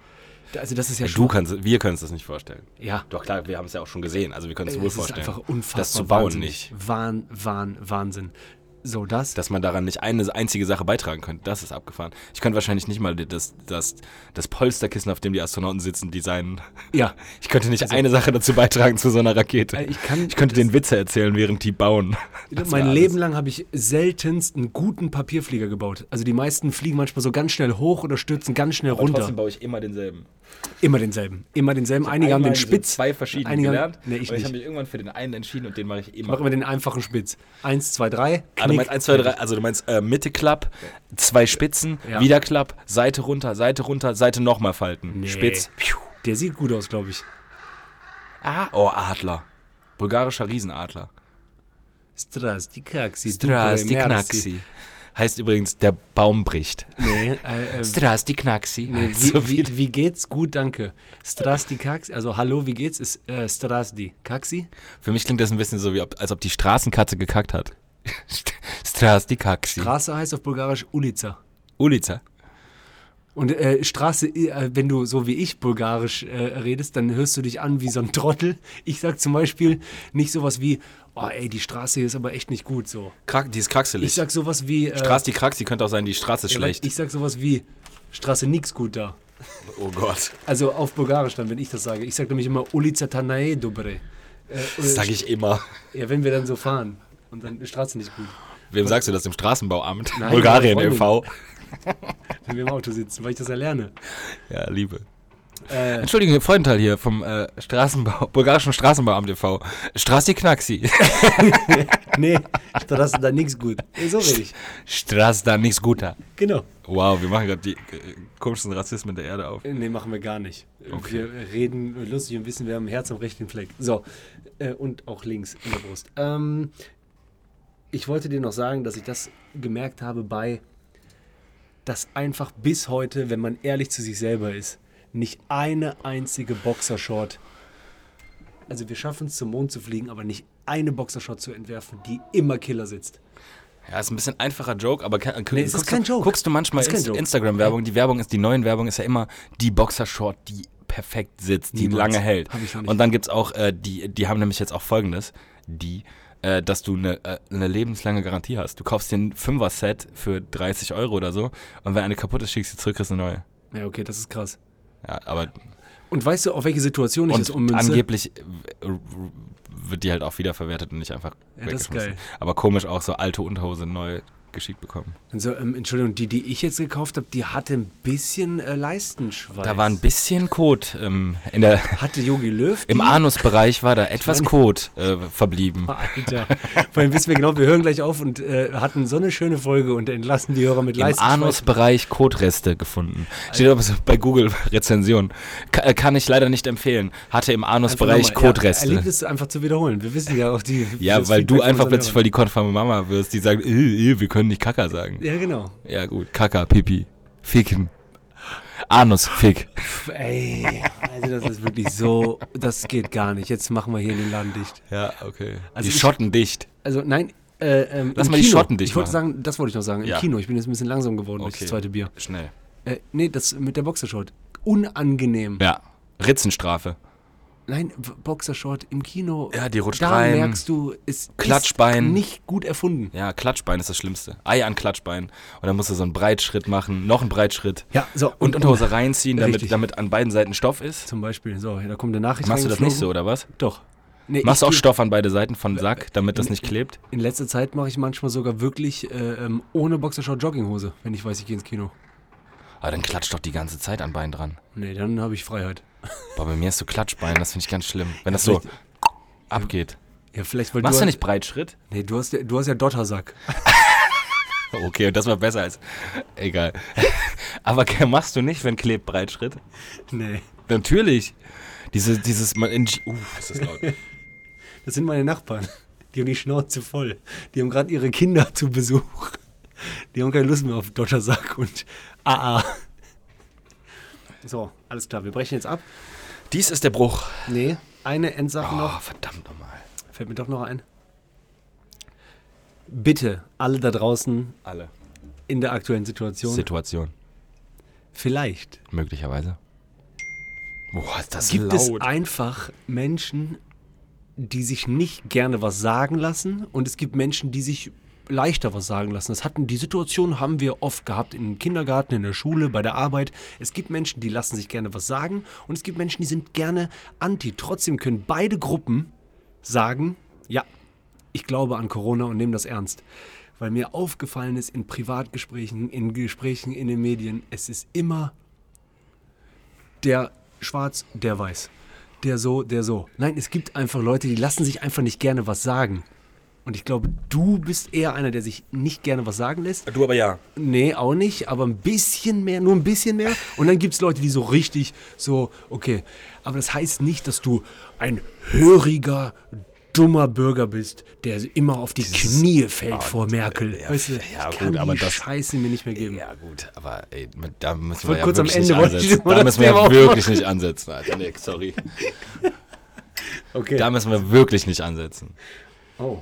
[SPEAKER 2] Da- Also das ist ja
[SPEAKER 3] Du kannst, wir können es das nicht vorstellen.
[SPEAKER 2] Ja.
[SPEAKER 3] Doch klar, wir haben es ja auch schon gesehen, also wir können es
[SPEAKER 2] Äh,
[SPEAKER 3] wohl
[SPEAKER 2] es
[SPEAKER 3] vorstellen.
[SPEAKER 2] ist einfach unfassbar
[SPEAKER 3] das zu bauen
[SPEAKER 2] wahnsinnig.
[SPEAKER 3] nicht.
[SPEAKER 2] Wahn, Wahn, Wahnsinn. So, das.
[SPEAKER 3] Dass man daran nicht eine einzige Sache beitragen könnte, das ist abgefahren. Ich könnte wahrscheinlich nicht mal das, das, das Polsterkissen, auf dem die Astronauten sitzen, designen.
[SPEAKER 2] ja.
[SPEAKER 3] Ich könnte nicht eine Sache dazu beitragen zu so einer Rakete.
[SPEAKER 2] Also Äh, ich kann-
[SPEAKER 3] könnte den Witze erzählen, während die bauen. Das
[SPEAKER 2] mein
[SPEAKER 3] war
[SPEAKER 2] Leben
[SPEAKER 3] alles.
[SPEAKER 2] lang habe ich seltenst einen guten Papierflieger gebaut. Also die meisten fliegen manchmal so ganz schnell hoch oder stürzen ganz schnell
[SPEAKER 3] Und
[SPEAKER 2] runter.
[SPEAKER 3] trotzdem baue ich immer denselben.
[SPEAKER 2] Immer denselben. Immer denselben. Einige haben den
[SPEAKER 3] Einmal sind
[SPEAKER 2] Spitz.
[SPEAKER 3] Zwei verschiedene
[SPEAKER 2] einige haben-
[SPEAKER 3] gelernt.
[SPEAKER 2] Nee, ich
[SPEAKER 3] und ich
[SPEAKER 2] nicht.
[SPEAKER 3] habe mich irgendwann für den einen entschieden und den mache ich immer.
[SPEAKER 2] Mach immer den einfachen Spitz. Eins, zwei, drei.
[SPEAKER 3] Ah, du meinst 1, 2, 3, also du meinst äh, Mitte Klapp, zwei Spitzen,
[SPEAKER 2] Ja.
[SPEAKER 3] wieder Klapp, Seite runter, Seite runter, Seite nochmal falten. Spitz. Piu.
[SPEAKER 2] Der sieht gut aus, glaube ich.
[SPEAKER 3] Ah, oh, Adler. Bulgarischer Riesenadler.
[SPEAKER 2] Strastikaxi.
[SPEAKER 3] Strastiknaxi. Heißt übrigens, der Baum bricht.
[SPEAKER 2] Nee, äh, äh,
[SPEAKER 3] Strastiknaxi.
[SPEAKER 2] nee, wie, wie, wie geht's? Gut, danke. Strastikaxi, also hallo, wie geht's? Ist äh, Strastikaxi?
[SPEAKER 3] Für mich klingt das ein bisschen so, wie ob, als ob die Straßenkatze gekackt hat. Strastiknaxi.
[SPEAKER 2] Straße heißt auf Bulgarisch Ulica.
[SPEAKER 3] Ulica.
[SPEAKER 2] Und äh, Straße, äh, wenn du so wie ich Bulgarisch äh, redest, dann hörst du dich an wie so ein Trottel. Ich sag zum Beispiel nicht sowas wie, oh ey, die Straße hier ist aber echt nicht gut so.
[SPEAKER 3] Krack, die ist
[SPEAKER 2] Ich
[SPEAKER 3] kraxelig.
[SPEAKER 2] sag sowas wie. Äh,
[SPEAKER 3] Strastiknaxi könnte auch sein, die Straße ist
[SPEAKER 2] ja,
[SPEAKER 3] schlecht.
[SPEAKER 2] Ich sag sowas wie Straße nix gut da.
[SPEAKER 3] oh Gott.
[SPEAKER 2] Also auf Bulgarisch dann, wenn ich das sage. Ich sag nämlich immer Ulica Tanae Dobre. Äh,
[SPEAKER 3] Das sage ich immer.
[SPEAKER 2] Ja, wenn wir dann so fahren. Und dann ist Straße nicht gut.
[SPEAKER 3] Wem sagst du das? Im Straßenbauamt?
[SPEAKER 2] Nein,
[SPEAKER 3] Bulgarien, e
[SPEAKER 2] meine
[SPEAKER 3] MV.
[SPEAKER 2] Freundin. Wenn wir im Auto sitzen, weil ich das ja lerne.
[SPEAKER 3] Ja, Liebe.
[SPEAKER 2] Äh,
[SPEAKER 3] Entschuldigung, Herr Freudenthal hier vom äh, Straßenbau, bulgarischen Straßenbauamt e e.V. Strastiknaxi.
[SPEAKER 2] nee, Straße da nix gut. Äh, So rede ich.
[SPEAKER 3] Straß da nichts guter.
[SPEAKER 2] Genau.
[SPEAKER 3] Wow, wir machen gerade die äh, komischsten Rassismen der Erde auf.
[SPEAKER 2] Nee, machen wir gar nicht. Wir reden lustig und wissen, wir haben Herz am rechten Fleck. So. Äh, und auch links in der Brust. Ähm, ich wollte dir noch sagen, dass ich das gemerkt habe bei, dass einfach bis heute, wenn man ehrlich zu sich selber ist, nicht eine einzige Boxershort. Also wir schaffen es zum Mond zu fliegen, aber nicht eine Boxershort zu entwerfen, die immer Killer sitzt.
[SPEAKER 3] Ja, ist ein bisschen einfacher Joke, aber kann,
[SPEAKER 2] Nee, es ist
[SPEAKER 3] guckst,
[SPEAKER 2] kein
[SPEAKER 3] du,
[SPEAKER 2] Joke.
[SPEAKER 3] guckst du manchmal
[SPEAKER 2] Es ist kein
[SPEAKER 3] Inst-
[SPEAKER 2] Joke.
[SPEAKER 3] Instagram-Werbung, die Werbung ist, die neuen Werbung ist ja immer die Boxershort, die perfekt sitzt, die
[SPEAKER 2] Niemals.
[SPEAKER 3] lange hält.
[SPEAKER 2] Hab ich noch nicht.
[SPEAKER 3] Und dann gibt's auch, äh, die, die haben nämlich jetzt auch folgendes, die, äh, dass du eine äh, eine lebenslange Garantie hast. Du kaufst dir ein Fünfer-Set für 30 Euro oder so und wenn eine kaputt ist, schickst du zurück, kriegst du eine neue.
[SPEAKER 2] Ja, okay, das ist krass.
[SPEAKER 3] Ja, aber
[SPEAKER 2] Und weißt du, auf welche Situation ich das
[SPEAKER 3] und
[SPEAKER 2] ummünze?
[SPEAKER 3] angeblich äh, r- r- wird die halt auch wiederverwertet und nicht einfach
[SPEAKER 2] Ja, das ist
[SPEAKER 3] weggeschmissen.
[SPEAKER 2] geil.
[SPEAKER 3] Aber komisch auch so alte Unterhose neu geschickt bekommen.
[SPEAKER 2] Also, ähm, Entschuldigung, die, die ich jetzt gekauft habe, die hatte ein bisschen äh, Leistenschweiß.
[SPEAKER 3] Da war ein bisschen Kot ähm, in der,
[SPEAKER 2] Hatte Yogi Löw. die?
[SPEAKER 3] im Anusbereich war da etwas
[SPEAKER 2] meine- Ah,
[SPEAKER 3] Kot äh, verblieben.
[SPEAKER 2] Alter. Vor allem wissen wir genau, wir hören gleich auf und äh, hatten so eine schöne Folge und entlassen die Hörer mit
[SPEAKER 3] Im
[SPEAKER 2] Leistenschweiß.
[SPEAKER 3] Anusbereich Kotreste gefunden. Steht aber so bei Google Rezension. Ka- äh, kann ich leider nicht empfehlen. Hatte im
[SPEAKER 2] Einfach
[SPEAKER 3] Anusbereich
[SPEAKER 2] nochmal, Ja,
[SPEAKER 3] Kotreste.
[SPEAKER 2] erlebt es einfach zu wiederholen. Wir wissen ja auch die.
[SPEAKER 3] Ja,
[SPEAKER 2] das
[SPEAKER 3] weil du
[SPEAKER 2] Feedback von
[SPEAKER 3] einfach
[SPEAKER 2] unseren
[SPEAKER 3] plötzlich
[SPEAKER 2] Hörern.
[SPEAKER 3] voll die konforme Mama wirst, die sagt, "Äh, äh, wir können nicht Kacker sagen.
[SPEAKER 2] Ja, genau.
[SPEAKER 3] Ja gut, Kacker, Pipi, Ficken. Anus, Fick.
[SPEAKER 2] Pff, ey, also das ist wirklich so, das geht gar nicht. Jetzt machen wir hier den Laden dicht.
[SPEAKER 3] Ja, okay.
[SPEAKER 2] Also
[SPEAKER 3] die
[SPEAKER 2] ich-
[SPEAKER 3] Schotten dicht.
[SPEAKER 2] Also nein, äh, ähm,
[SPEAKER 3] Lass
[SPEAKER 2] im
[SPEAKER 3] mal die
[SPEAKER 2] Kino.
[SPEAKER 3] Schotten dicht
[SPEAKER 2] Ich wollte
[SPEAKER 3] machen.
[SPEAKER 2] sagen, das wollte ich noch sagen. Im
[SPEAKER 3] Ja.
[SPEAKER 2] Kino, ich bin jetzt ein bisschen langsam geworden durch
[SPEAKER 3] Okay.
[SPEAKER 2] das zweite Bier.
[SPEAKER 3] Schnell.
[SPEAKER 2] Äh, nee, das mit der Boxershort. Unangenehm.
[SPEAKER 3] Ja, Ritzenstrafe.
[SPEAKER 2] Nein, w- Boxershort im Kino.
[SPEAKER 3] Ja, die rutscht
[SPEAKER 2] da
[SPEAKER 3] rein.
[SPEAKER 2] merkst du, es
[SPEAKER 3] Klatschbein.
[SPEAKER 2] ist nicht gut erfunden.
[SPEAKER 3] Ja, Klatschbein ist das Schlimmste. Ei an Klatschbein. Und dann musst du so einen Breitschritt machen, noch einen Breitschritt.
[SPEAKER 2] Ja, so.
[SPEAKER 3] Und Unterhose reinziehen,
[SPEAKER 2] Richtig.
[SPEAKER 3] damit, damit an beiden Seiten Stoff ist.
[SPEAKER 2] Zum Beispiel, so, ja, da kommt eine Nachricht
[SPEAKER 3] Machst du das nicht so,
[SPEAKER 2] reingeflogen.
[SPEAKER 3] oder was?
[SPEAKER 2] Doch. Nee,
[SPEAKER 3] Machst du
[SPEAKER 2] ich
[SPEAKER 3] auch
[SPEAKER 2] tu-
[SPEAKER 3] Stoff an beide Seiten von Sack, damit das nicht klebt?
[SPEAKER 2] In letzter Zeit mache ich manchmal sogar wirklich äh, ähm, ohne Boxershort Jogginghose, wenn ich weiß, ich gehe ins Kino.
[SPEAKER 3] Aber Ah, dann klatscht doch die ganze Zeit an Bein dran.
[SPEAKER 2] Nee, dann habe ich Freiheit.
[SPEAKER 3] Boah, bei mir ist so Klatschbein, das finde ich ganz schlimm. Wenn das so abgeht.
[SPEAKER 2] Ja, vielleicht, weil
[SPEAKER 3] Machst du
[SPEAKER 2] du
[SPEAKER 3] nicht Breitschritt?
[SPEAKER 2] Nee, du hast, ja- du hast ja Dottersack.
[SPEAKER 3] Okay, und das war besser als. Egal. Aber ke- machst du nicht, wenn klebt Breitschritt?
[SPEAKER 2] Nee.
[SPEAKER 3] Natürlich. Diese, dieses. Man, in, uff, ist das laut.
[SPEAKER 2] Das sind meine Nachbarn. Die haben die Schnauze voll. Die haben gerade ihre Kinder zu Besuch. Die haben keine Lust mehr auf Dottersack und AA. So, alles klar. Wir brechen jetzt ab.
[SPEAKER 3] Dies ist der Bruch.
[SPEAKER 2] Nee, eine Endsache
[SPEAKER 3] Oh,
[SPEAKER 2] noch.
[SPEAKER 3] verdammt nochmal.
[SPEAKER 2] Fällt mir doch noch ein. Bitte, alle da draußen
[SPEAKER 3] Alle.
[SPEAKER 2] in der aktuellen Situation,
[SPEAKER 3] Situation.
[SPEAKER 2] vielleicht
[SPEAKER 3] Möglicherweise. Boah, ist das
[SPEAKER 2] gibt es
[SPEAKER 3] laut.
[SPEAKER 2] einfach Menschen, die sich nicht gerne was sagen lassen und es gibt Menschen, die sich leichter was sagen lassen. Das hatten die Situation haben wir oft gehabt im Kindergarten, in der Schule, bei der Arbeit. Es gibt Menschen, die lassen sich gerne was sagen und es gibt Menschen, die sind gerne anti. Trotzdem können beide Gruppen sagen, ja, ich glaube an Corona und nehme das ernst. Weil mir aufgefallen ist in Privatgesprächen, in Gesprächen in den Medien, es ist immer der schwarz, der weiß. Der so, der so. Nein, es gibt einfach Leute, die lassen sich einfach nicht gerne was sagen. Und ich glaube, du bist eher einer, der sich nicht gerne was sagen lässt.
[SPEAKER 3] Du aber ja.
[SPEAKER 2] Nee, auch nicht, aber ein bisschen mehr, nur ein bisschen mehr. Und dann gibt es Leute, die so richtig so, okay. Aber das heißt nicht, dass du ein höriger, dummer Bürger bist, der immer auf die Knie fällt vor Merkel.
[SPEAKER 3] Ah, ja,
[SPEAKER 2] weißt du,
[SPEAKER 3] ja,
[SPEAKER 2] ich
[SPEAKER 3] gut,
[SPEAKER 2] kann
[SPEAKER 3] aber
[SPEAKER 2] die
[SPEAKER 3] das-
[SPEAKER 2] Scheiße mir nicht mehr geben.
[SPEAKER 3] Ja, gut, aber ey, mit- da müssen
[SPEAKER 2] wollte
[SPEAKER 3] wir ja
[SPEAKER 2] kurz am
[SPEAKER 3] wirklich
[SPEAKER 2] Ende
[SPEAKER 3] nicht
[SPEAKER 2] wollte ich
[SPEAKER 3] ansetzen.
[SPEAKER 2] nur
[SPEAKER 3] Da
[SPEAKER 2] das
[SPEAKER 3] müssen wir
[SPEAKER 2] Thema
[SPEAKER 3] ja
[SPEAKER 2] aufmachen.
[SPEAKER 3] wirklich nicht ansetzen, Alter. Nee, sorry.
[SPEAKER 2] Okay.
[SPEAKER 3] Da müssen wir wirklich nicht ansetzen.
[SPEAKER 2] oh,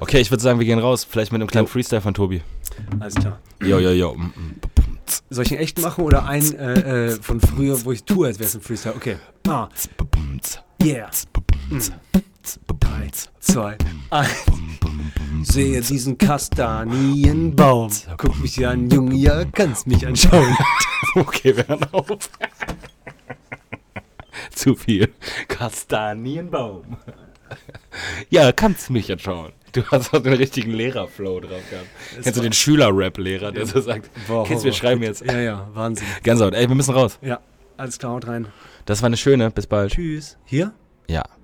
[SPEAKER 3] Okay, ich würde sagen, wir gehen raus. Vielleicht mit einem kleinen Freestyle von Tobi.
[SPEAKER 2] alles klar.
[SPEAKER 3] Jo, jo, jo. Mm, mm.
[SPEAKER 2] Soll ich einen echten machen oder einen äh, äh, von früher, wo ich tue, als wäre es ein Freestyle? Okay. Ah, yeah. Eins, zwei, eins. Sehe diesen Kastanienbaum. Guck mich an, Junge, ja, kannst mich anschauen.
[SPEAKER 3] Okay, wir hören auf. Zu viel. Kastanienbaum. Ja, kannst mich jetzt schauen. Du hast auch den richtigen Lehrerflow drauf gehabt. Kennst du den Schüler-Rap-Lehrer, der so sagt,
[SPEAKER 2] Wow,
[SPEAKER 3] Kids, wir
[SPEAKER 2] Horror.
[SPEAKER 3] schreiben jetzt.
[SPEAKER 2] Ja, ja, Wahnsinn.
[SPEAKER 3] Gänsehaut. Ey, wir müssen raus.
[SPEAKER 2] Ja, alles klar, haut rein.
[SPEAKER 3] Das war eine schöne. Bis bald.
[SPEAKER 2] Tschüss. Hier?
[SPEAKER 3] Ja.